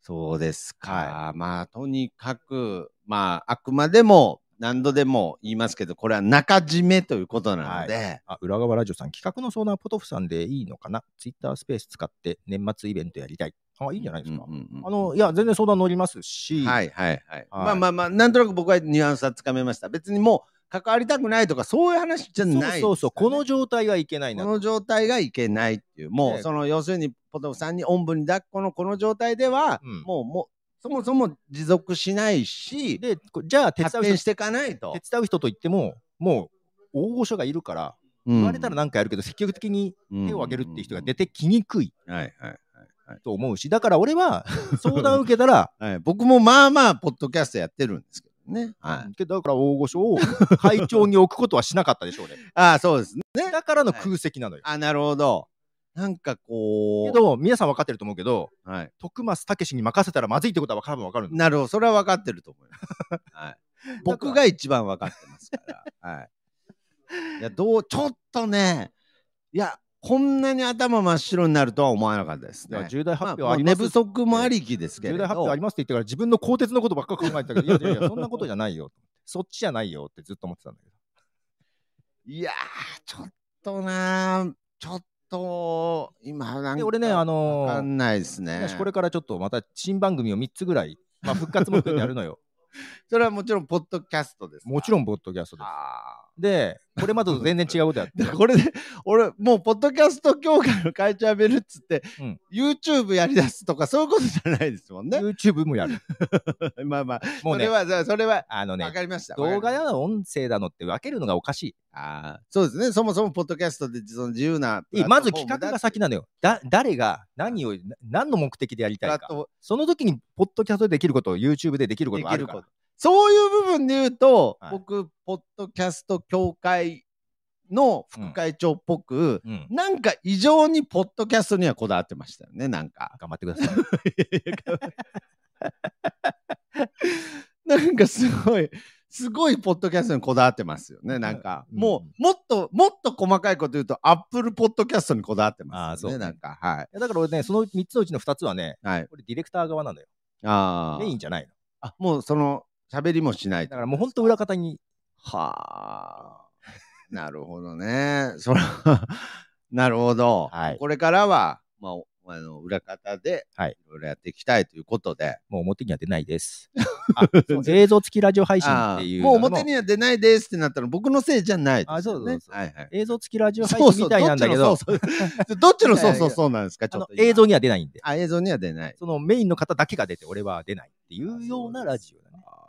Speaker 2: そうですか。
Speaker 1: は
Speaker 2: まあとにかく、まああくまでも何度でも言いますけど、これは中締めということなので、
Speaker 1: あ裏側ラジオさん、企画の相談はポトフさんでいいのかなツイッタースペース使って年末イベントやりたい。あ、いいんじゃないですか。
Speaker 2: うんうんうん
Speaker 1: あの、いや、全然相談乗りますし、
Speaker 2: はいはいはい。まあまあまあ、なんとなく僕はニュアンスはつかめました。別にもう関わりたくないとかそういう話じゃな
Speaker 1: そ
Speaker 2: い
Speaker 1: う
Speaker 2: ですからね
Speaker 1: そうそう、この状態はいけないな
Speaker 2: こ。の状態がいけないっていう、も
Speaker 1: ね
Speaker 2: うその要するにポトフさんにおんぶに抱っこのこの状態では、
Speaker 1: うん
Speaker 2: もうもうそもそも持続しないし、
Speaker 1: で、こじゃあ手
Speaker 2: 発
Speaker 1: 伝う
Speaker 2: 展し
Speaker 1: 人、
Speaker 2: ていかないと
Speaker 1: 手。伝う人と言っても、もう大御所がいるから、言われたらなんかやるけど、積極的に手を挙げるっていう人が出
Speaker 2: て、
Speaker 1: てきにくい。
Speaker 2: はいはいはい
Speaker 1: と思うし、だから俺 は相談受けたら、
Speaker 2: はいはい。僕もまあまあ、ポッドキャストやってるんですけどね。は
Speaker 1: けどだから大御所を会長に置くことはしなかったでしょうね
Speaker 2: い。。ああ、そうです ね。
Speaker 1: だからの空席なのよ。
Speaker 2: あなるほど。なんかこう。
Speaker 1: けど、皆さん分かってると思うけど、
Speaker 2: はい。
Speaker 1: 徳増武史に任せたらまずいってことは多分分かるんだ。
Speaker 2: なるほど。それは分かってると思います。 はい。僕が一番分かってますから。はい。いや、どう、ちょっとね、いや、こんなに頭真っ白になるとは思わなかったです
Speaker 1: いや
Speaker 2: ね。
Speaker 1: 重大発
Speaker 2: まあ
Speaker 1: 表
Speaker 2: ま
Speaker 1: あ
Speaker 2: あ、
Speaker 1: りま
Speaker 2: 寝
Speaker 1: す、
Speaker 2: 不足もありきですけれ
Speaker 1: 重
Speaker 2: ど。
Speaker 1: 大発表ありますって言ってから自分の鋼鉄のことばっか考えてたけど、いやいやいや、そんなことじゃないよと思って。そっちじゃないよってずっと思ってたんだけど。
Speaker 2: いやー、ちょっとなー、ちょっと、今なん
Speaker 1: で、
Speaker 2: か、
Speaker 1: 俺ね、あのー
Speaker 2: わかんないですね。
Speaker 1: 私これからちょっとまた新番組を3つぐらい、 まあ、復活も含めてやるのよ。
Speaker 2: それはもちろん、ポッドキャストですか。
Speaker 1: もちろん、ボッドキャストです。
Speaker 2: あ
Speaker 1: で、これまでと全然違うことやって
Speaker 2: ー。でこれで、俺、もう、ポッドキャスト協会の会長辞めるっつって、
Speaker 1: うん
Speaker 2: YouTube やりだすとか、そういうことじゃないですもん ね。
Speaker 1: YouTube もやる。
Speaker 2: まあまあ、
Speaker 1: もう
Speaker 2: それ
Speaker 1: ね、
Speaker 2: は、それは、
Speaker 1: あの
Speaker 2: わ
Speaker 1: ね、
Speaker 2: かりました。
Speaker 1: 動画
Speaker 2: わかりまし
Speaker 1: やら音声だのって分けるのがおかしい。
Speaker 2: たあーそうですね。そもそも、ポッドキャストで、その自由な。
Speaker 1: いいまず企画が先
Speaker 2: な
Speaker 1: なのよ。だ誰が何をな何の目的でやりたいか。その時にポッドキャストでできることを YouTube でできることがあるから。
Speaker 2: そういう部分で言うと、
Speaker 1: はい
Speaker 2: 僕、ポッドキャスト協会の副会長っぽく、
Speaker 1: うん、
Speaker 2: なんか異常にポッドキャストにはこだわってましたよね、なんか。
Speaker 1: 頑張ってくだ さい。
Speaker 2: なんかすごい、すごいポッドキャストにこだわってますよね、なんか。
Speaker 1: うん
Speaker 2: もう、もっと、もっと細かいこと言うと、アップルポッドキャストにこだわってますよ
Speaker 1: あ
Speaker 2: ね、
Speaker 1: ーそう
Speaker 2: なんか。はい。
Speaker 1: だから俺ね、その3つのうちの2つはね、
Speaker 2: はい。
Speaker 1: これディレクター側なのよ。
Speaker 2: あ
Speaker 1: メインじゃないの。
Speaker 2: あ。もうその、喋りもしないと
Speaker 1: だからもう本当裏方に。
Speaker 2: はあ。なるほどね。そら、 なるほど。
Speaker 1: はい
Speaker 2: これからは、まあお、あの裏方で、
Speaker 1: はい
Speaker 2: ろいろやっていきたいということ で。
Speaker 1: もう表には出ないです。あそう映像付きラジオ配信
Speaker 2: あ
Speaker 1: ってい
Speaker 2: ー
Speaker 1: う。
Speaker 2: もう表には出ないですってなったら僕のせいじゃないです、ね。
Speaker 1: あそうそうそう
Speaker 2: はいはい。
Speaker 1: 映像付きラジオ配
Speaker 2: そう
Speaker 1: 信
Speaker 2: そう
Speaker 1: みたいなんだけど、
Speaker 2: どっちのそうそうどっちのそうそうそうなんです か、ち
Speaker 1: あ
Speaker 2: ょっ
Speaker 1: の
Speaker 2: と今。
Speaker 1: 映像には出ないんで、
Speaker 2: あ、映像には出ない。
Speaker 1: そのメインの方だけが出て、俺は出ないっていうようなラジオだね。
Speaker 2: あ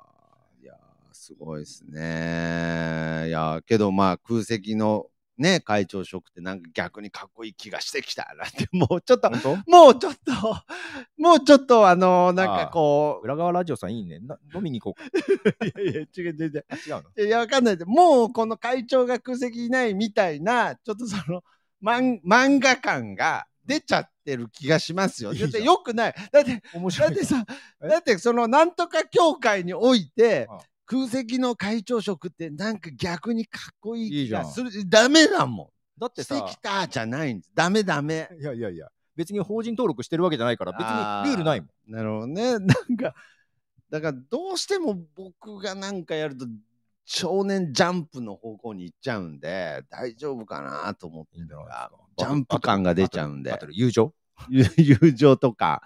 Speaker 2: ーいやーすごいですね。いやーけどまあ空席のね会長職ってなんか逆にかっこいい気がしてきたなってもうちょっと
Speaker 1: 本
Speaker 2: もうちょっともうちょっとあのーなんか
Speaker 1: 当
Speaker 2: こ
Speaker 1: 裏側ラジオさんいいね。な飲みに行こうか。
Speaker 2: ういやいや違う違う
Speaker 1: あ違うの
Speaker 2: 違ういやわかんないでもうこの会長が空席いないみたいなちょっとその漫漫画感が出ちゃってる気がしますよ。
Speaker 1: いいじゃん
Speaker 2: だってよくないだって
Speaker 1: 面白
Speaker 2: だ
Speaker 1: い
Speaker 2: っ
Speaker 1: な。
Speaker 2: てさ、
Speaker 1: え
Speaker 2: だってそのなんとか協会において
Speaker 1: ああ、
Speaker 2: 空席の会長職ってなんか逆にかっこい
Speaker 1: い
Speaker 2: い
Speaker 1: い
Speaker 2: 気
Speaker 1: じゃ
Speaker 2: が
Speaker 1: ん
Speaker 2: する。ダメだも
Speaker 1: だっ
Speaker 2: ん。
Speaker 1: て
Speaker 2: して
Speaker 1: さ、
Speaker 2: きたじゃないんです。ダメダメ。
Speaker 1: いやいやいや、別に法人登録してるわけじゃないから、別
Speaker 2: あ
Speaker 1: に
Speaker 2: ー
Speaker 1: ルールないもん。
Speaker 2: なるほどね。 なんか、だからどうしても僕がなんかやると、少年ジャンプの方向に行っちゃうんで、大丈夫かなと思ってるのが、ジャンプ感が出ちゃうんで
Speaker 1: バトル友情
Speaker 2: 友 友情とか、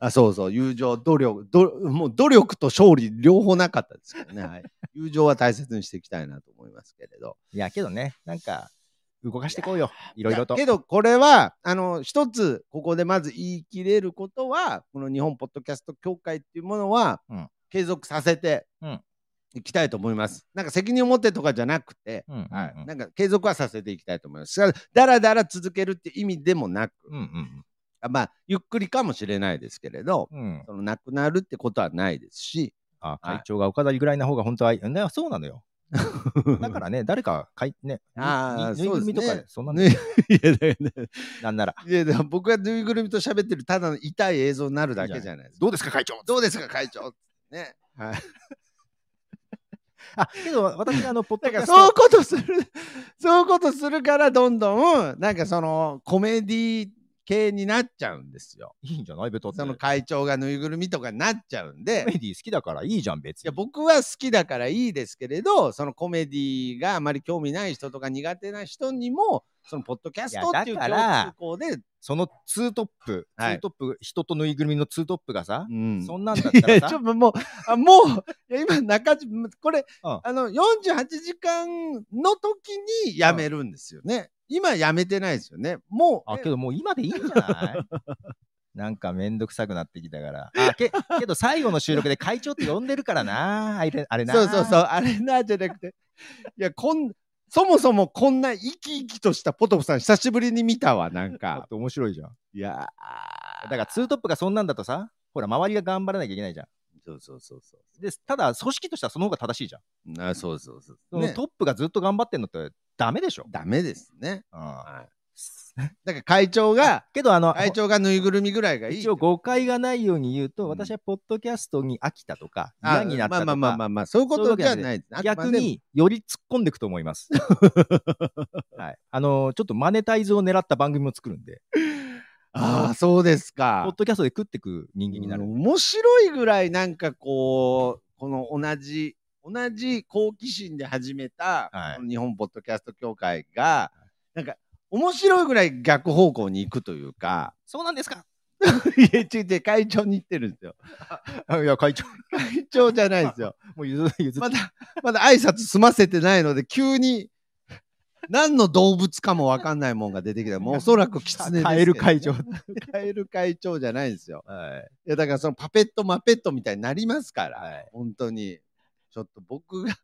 Speaker 2: あそうそう、友情、努力ど、もう努力と勝利、両方なかったですけどね、はい、友情は大切にしていきたいなと思いますけれど。
Speaker 1: いや、けどね、なんか、動かしていこうよ。いろいろと
Speaker 2: け。ど、これは、あの、一つ、ここでまず言い切れることは、この日本ポッドキャスト協会っていうものは、
Speaker 1: うん
Speaker 2: 継続させて
Speaker 1: うん
Speaker 2: いきたいと思います。なんか責任を持ってとかじゃなくて、
Speaker 1: うんうんうん
Speaker 2: はい、なんか継続はさせていきたいと思います。だらだら続けるって意味でもなく、
Speaker 1: うんうん
Speaker 2: あまあ、ゆっくりかもしれないですけれど、
Speaker 1: うん。うん。
Speaker 2: そのなくなるってことはないですし、
Speaker 1: あ、
Speaker 2: はい
Speaker 1: 会長がお飾りぐらいな方が本当はいい。ね、そうなの よ。だからね、誰か、かい、ね、
Speaker 2: あ
Speaker 1: ぬい
Speaker 2: ー
Speaker 1: ぬいぐるみと
Speaker 2: そう
Speaker 1: か
Speaker 2: ですね
Speaker 1: で、そんなの
Speaker 2: ね、いやだからね
Speaker 1: なんなら。
Speaker 2: いやだから僕がぬいぐるみと喋ってるただの痛い映像になるだけじゃないですか。
Speaker 1: どうですか、会長
Speaker 2: どうですか会長ね。はい、
Speaker 1: あ、けど、私、あの、ポッド
Speaker 2: だ
Speaker 1: キ
Speaker 2: か
Speaker 1: ャス
Speaker 2: ら
Speaker 1: ト。
Speaker 2: そういうことするそういうことするからどんどんなんかそのコメディ系になっちゃうんですよ。
Speaker 1: いいんじゃないベトって。
Speaker 2: その会長がぬいぐるみとかになっちゃうんで
Speaker 1: コメ。ディ好きだからいいじゃん、別
Speaker 2: いや
Speaker 1: に。
Speaker 2: 僕は好きだからいいですけれどそのコメディがあまり興味ない人とか苦手な人にもそのポッドキャストっていう
Speaker 1: いやだから
Speaker 2: 共通項で、
Speaker 1: そのツートップ、ツ
Speaker 2: はい
Speaker 1: ートップ、人とぬいぐるみのツートップがさ、
Speaker 2: うん
Speaker 1: そんなんだった
Speaker 2: いや
Speaker 1: ら
Speaker 2: ち
Speaker 1: さ
Speaker 2: ょっ、ともうあもういや今中島これ、
Speaker 1: うん
Speaker 2: あの48時間の時にやめるんですよね、今やめてないですよねもう
Speaker 1: あ、けどもう今でいいんじゃない なんかめんどくさくなってきたから。あ、け、けど最後の収録で会長って呼んでるからな、あれあれな。。
Speaker 2: そうそうそううあれなじゃなくていやこんそもそもこんな生き生きとしたポトフさん久しぶりに見たわなん
Speaker 1: だっ
Speaker 2: か
Speaker 1: て面白いじゃん。
Speaker 2: いや
Speaker 1: だ
Speaker 2: ー
Speaker 1: からツートップがそんなんだとさ、ほら、周りが頑張らなきゃいけないじゃん。
Speaker 2: そうそうそうそう
Speaker 1: で、ただ、組織としてはその方が正しいじゃん。
Speaker 2: なそうそうそう
Speaker 1: そのトップがずっと頑張ってんのってダメでしょ。
Speaker 2: ダメですね。
Speaker 1: うん
Speaker 2: はだから会長 が、
Speaker 1: けど、あの、
Speaker 2: 会長がぬいぐるみぐらいがいい。
Speaker 1: 一応誤解がないように言うと、
Speaker 2: うん
Speaker 1: 私はポッドキャストに飽きたとか、
Speaker 2: あ
Speaker 1: 嫌になったとか、
Speaker 2: まあまあまあまあまあ、そういうことじゃない。
Speaker 1: 逆により突っ込んでいくと思い ます。はい、あのちょっとマネタイズを狙った番組も作るんで、
Speaker 2: あくまで。ああ、そうです
Speaker 1: ポッ
Speaker 2: か。
Speaker 1: ドキャストで食ってく人間になる。
Speaker 2: 面白いぐらいなんかこう、この同じ、同じ好奇心で始めた、
Speaker 1: はい
Speaker 2: この日本ポッドキャスト協会が、なんか面白いぐらい逆方向に行くというか、
Speaker 1: そうなんですか
Speaker 2: いや、ちいて会長に行ってるんですよ。
Speaker 1: いや、会長、
Speaker 2: 会長じゃない ですよ。
Speaker 1: もう譲って譲っ
Speaker 2: ま
Speaker 1: て。
Speaker 2: だ、まだ挨拶済ませてないので、急に、何の動物かもわかんないもんが出 てきた。もうおそらくキツネですけどね
Speaker 1: カエル会長。
Speaker 2: カエル会長じゃないんですよ。
Speaker 1: はい
Speaker 2: いや、だからそのパペットマペットみたいになりますから、
Speaker 1: はい
Speaker 2: 本当に。ちょっと僕が、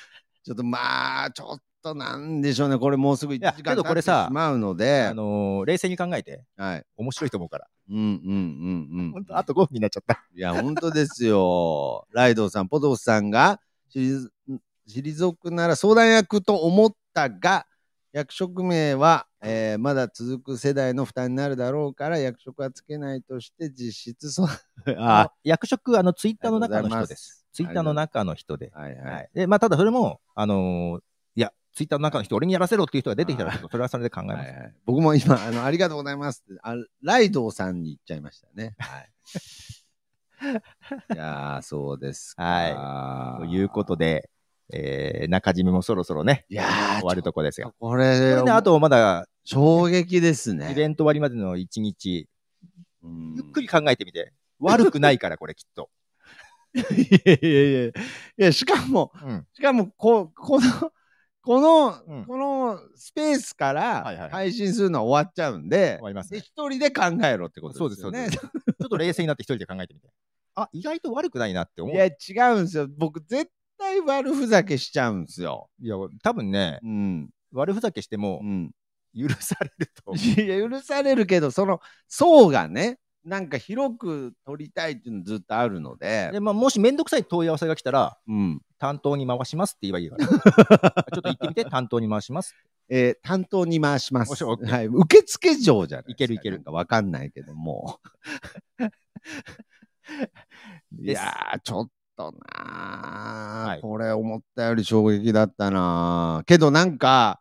Speaker 2: ちょっとまあ、ちょっとなんでしょうね。これもうすぐ1
Speaker 1: や
Speaker 2: 時
Speaker 1: け
Speaker 2: 間
Speaker 1: どこ
Speaker 2: 経っ
Speaker 1: れ
Speaker 2: てし
Speaker 1: さ
Speaker 2: まうので
Speaker 1: あ、の冷静に考えて、
Speaker 2: はい。
Speaker 1: 面白いと思うから。
Speaker 2: うんうんうんうん。
Speaker 1: 本当あと5分になっちゃった。
Speaker 2: いや、本当ですよ。ライドウさん、ポトフさんが、退退くなら相談役と思ったが、役職名は、えーまだ続く世代の負担になるだろうから、役職はつけないとして、実質そう。
Speaker 1: あの、役職、あの、ツイッターの中の人です。ツイッターの中の人で。
Speaker 2: はいは。
Speaker 1: はいい。で、まあ、ただそれも、あのいや、ツイッターの中の人、俺にやらせろっていう人が出てきたら、ちょっとそれはそれで考え
Speaker 2: はい
Speaker 1: ます。
Speaker 2: はい、僕も今あの、ありがとうございますってあ、ライドウさんに言っちゃいましたね。 はい、いやー、そうですか。
Speaker 1: ということで、えー、中島もそろそろね、
Speaker 2: いやー、
Speaker 1: 終わるとこです
Speaker 2: ちょ
Speaker 1: が
Speaker 2: っ。とこれ、
Speaker 1: これね、あとまだ、
Speaker 2: 衝撃ですね。
Speaker 1: イベント終わりまでの1日、
Speaker 2: ゆ
Speaker 1: ゆっくり考えてみて。悪くないから、これ、きっと。
Speaker 2: いやいやいやいや、しかも、
Speaker 1: うん。
Speaker 2: しかも、こ、この、この、
Speaker 1: うん
Speaker 2: このスペースか
Speaker 1: はいは
Speaker 2: ら
Speaker 1: い
Speaker 2: 配信するのは終わっちゃうんで
Speaker 1: 終、わります
Speaker 2: で
Speaker 1: ね。ち
Speaker 2: 一人で考えろってことですよね。
Speaker 1: そうですょっと冷静になって一人で考えてみて。あ、意外と悪くないなって思う。いや、
Speaker 2: いや、違うんですよ。僕、絶対悪ふざけしちゃうんですよ。
Speaker 1: 多分ね、
Speaker 2: うん。
Speaker 1: 悪ふざけしても
Speaker 2: う、ん。
Speaker 1: 許される と。
Speaker 2: いや、許されるけど、その層がね、なんか広く取りたいっていうのずっとあるので、
Speaker 1: で、まあ、もしめんどくさい問い合わせが来たら、
Speaker 2: うん。
Speaker 1: 担当に回しますって言えばいい から。ちょっと行ってみて、担当に回します。
Speaker 2: えー担当に回しま
Speaker 1: おし
Speaker 2: す。
Speaker 1: OK
Speaker 2: はい、受付嬢じゃない
Speaker 1: いけるいける
Speaker 2: なんかわかんないけど も。い
Speaker 1: です
Speaker 2: やー、ちょっとなー、
Speaker 1: はい
Speaker 2: これ思ったより衝撃だったなー。けどなんか、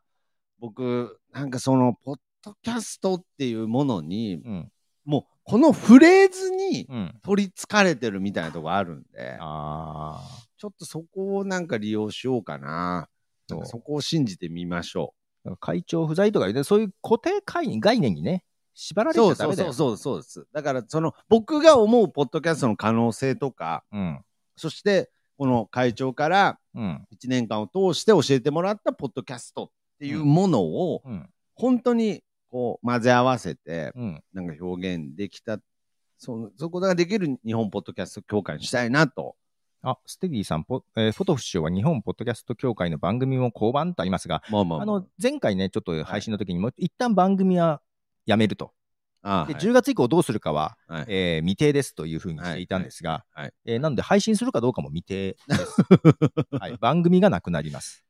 Speaker 2: 僕、なんかその、ポッドキャストっていうものに、
Speaker 1: うん。
Speaker 2: もう、このフレーズに
Speaker 1: うん。
Speaker 2: 取りつかれてるみたいなとこあるんで、
Speaker 1: ああ。
Speaker 2: ちょっとそこをなんか利用しようかな。
Speaker 1: そ
Speaker 2: な
Speaker 1: うん
Speaker 2: かそこを信じてみましょう。
Speaker 1: なんか会長不在とか言うねそういう固定概念概念にね、縛られち
Speaker 2: そ
Speaker 1: ゃ
Speaker 2: う
Speaker 1: ダ
Speaker 2: そう
Speaker 1: メだ
Speaker 2: そ
Speaker 1: よ。
Speaker 2: うそうそうです。だからその僕が思うポッドキャストの可能性とか、
Speaker 1: うん。
Speaker 2: そしてこの会長から
Speaker 1: うん。
Speaker 2: 1年間を通して教えてもらったポッドキャストっていうものを
Speaker 1: うん。
Speaker 2: 本当にこう混ぜ合わせて
Speaker 1: うん。
Speaker 2: なんか表現できた、そのそこができる日本ポッドキャスト協会にしたいなと。
Speaker 1: あ、ステディさん、ポえーフォトフ首相は日本ポッドキャスト協会の番組も降板とありますが、
Speaker 2: まあま
Speaker 1: あの、前回ね、ちょっと配信の時にも、一旦番組はやめると。
Speaker 2: あ
Speaker 1: で、10月以降どうするかは、
Speaker 2: はい
Speaker 1: えー未定ですというふうにしていたんですが
Speaker 2: はいはいはい、
Speaker 1: えーなので配信するかどうかも未定 です。はい、番組がなくなります。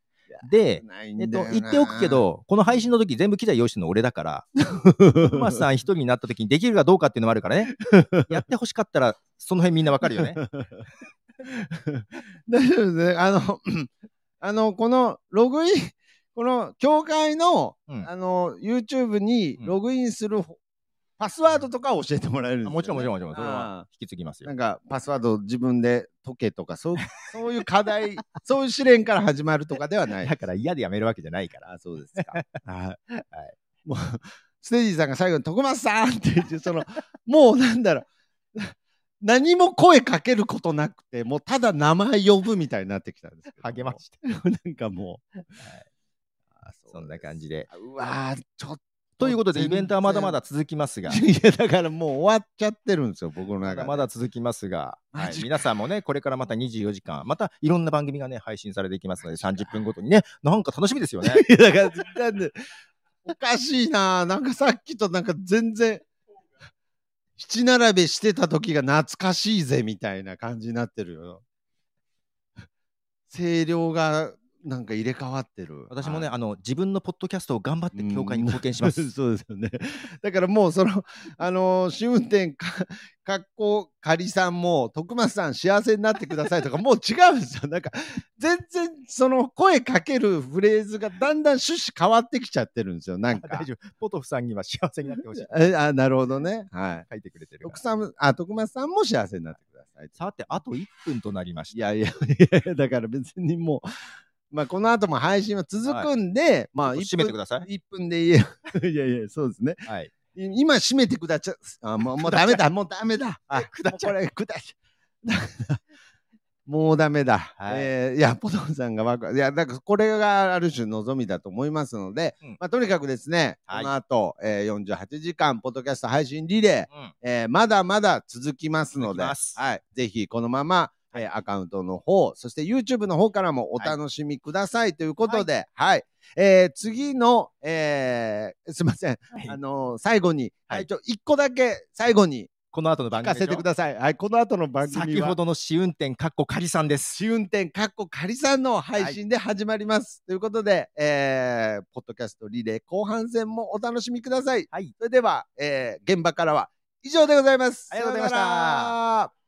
Speaker 1: で、えっと、言っておくけ、 ど、この配信の時全部機材用意してるの俺だから、
Speaker 2: ク
Speaker 1: 熊さん一人になった時にできるかどうかっていうのもあるから ね、やってほしかったら、その辺みんなわかるよね。
Speaker 2: 大丈夫ですね。あの、 あの、このログイン、 この協会の、
Speaker 1: うん
Speaker 2: あの、YouTube に
Speaker 1: うん
Speaker 2: ログインするほ、パスワードとかは教えてもらえるんですよ、ね。
Speaker 1: もちろんもちろんもちろん、それ
Speaker 2: あ
Speaker 1: は引き継ぎます
Speaker 2: ー
Speaker 1: よ
Speaker 2: な。んか、パスワード自分で解けとか、そう、そういう課題、 そういう試練から始まるとかではない。
Speaker 1: だから嫌でやめるわけじゃないから。
Speaker 2: あ、そうですか。はい。もう、ステージさんが最後に、徳松さんって言って、その、もうなんだろう。 何も声かけることなくて、もうただ名前呼ぶみたいになってきたんですけども。
Speaker 1: 励まして。
Speaker 2: なんかもう。あそう
Speaker 1: そんな感じで。
Speaker 2: うわーちょっ
Speaker 1: ということで、イ
Speaker 2: 全然
Speaker 1: ベントはまだまだ続きますが、
Speaker 2: と。いや、だからもう終わっちゃってるんですよ、僕の
Speaker 1: ま
Speaker 2: 中
Speaker 1: だ
Speaker 2: で。
Speaker 1: まだ続きますが、は
Speaker 2: マ
Speaker 1: い
Speaker 2: ジ、か
Speaker 1: 皆さんもね、これからまた24時間、またいろんな番組がね、配信されていきますので、30分ごとにね、なんか楽しみですよね。
Speaker 2: いや、だから、なんで、おかしいなーなんかさっきとなんか全然、七並べしてた時が懐か しいぜ、みたいな感じになってるよ。声量がなんか入れ替わってる。
Speaker 1: 私もね、
Speaker 2: はい
Speaker 1: あの自分のポッドキャストを頑張って協会に貢献しま す。
Speaker 2: そうですよね。だからもうその、 あのー、試運転か、 かっこ、かりさんも、徳松さん幸せになってくださいとか、もう違うんですよ。なんか、全然、その声かけるフレーズがだんだん趣旨変わってきちゃってるんですよ。なんか
Speaker 1: 大。丈夫。ポトフさんには幸せになってほしい。
Speaker 2: えあ、なるほどね。はい。
Speaker 1: 書いてくれてるか
Speaker 2: 徳
Speaker 1: ら。
Speaker 2: さん、あ、徳松さんも幸せになってください。
Speaker 1: さて、あと1分となりまし
Speaker 2: い
Speaker 1: た。
Speaker 2: やい やいやいやだから別にもう、まあこの後も配信は続くんで、まあ
Speaker 1: 締めてください。
Speaker 2: 1分で言え いやいや、そうですね。
Speaker 1: はい。
Speaker 2: い今締めてくだちゃ、あもうもうダメだ、もうダ メだ。あ、
Speaker 1: くだちゃ
Speaker 2: もうこれ、くだちゃ。もうダメだ。
Speaker 1: はい
Speaker 2: えーいや、ポトフさんがわかいや、だからこれがある種望みだと思いますので、
Speaker 1: うん
Speaker 2: まあとにかくですね、
Speaker 1: はい
Speaker 2: この後、えー48時間、ポッドキャスト配信リレー、
Speaker 1: うん。
Speaker 2: えーまだまだ続きますの
Speaker 1: 続
Speaker 2: で、
Speaker 1: きます
Speaker 2: はい、ぜひこのまま、えーアカウントの方、そして YouTube の方からもお楽しみくださいということで、はい。えー次の、えーすいません、
Speaker 1: はい
Speaker 2: あのー最後に、
Speaker 1: はい
Speaker 2: はい、ちょ、一個だけ最後に
Speaker 1: この後の番
Speaker 2: 聞
Speaker 1: 組
Speaker 2: か
Speaker 1: でしょ
Speaker 2: せてください。はい、この後の番組は
Speaker 1: 先ほどの試運転、かっこかりさんです。
Speaker 2: 試運転かっこ仮さんの配信で始まります。ということで、えーポッドキャストリレー後半戦もお楽しみください。
Speaker 1: はい
Speaker 2: それでは、えー現場からは以上でございます。
Speaker 1: ありがとうございました
Speaker 2: さよなら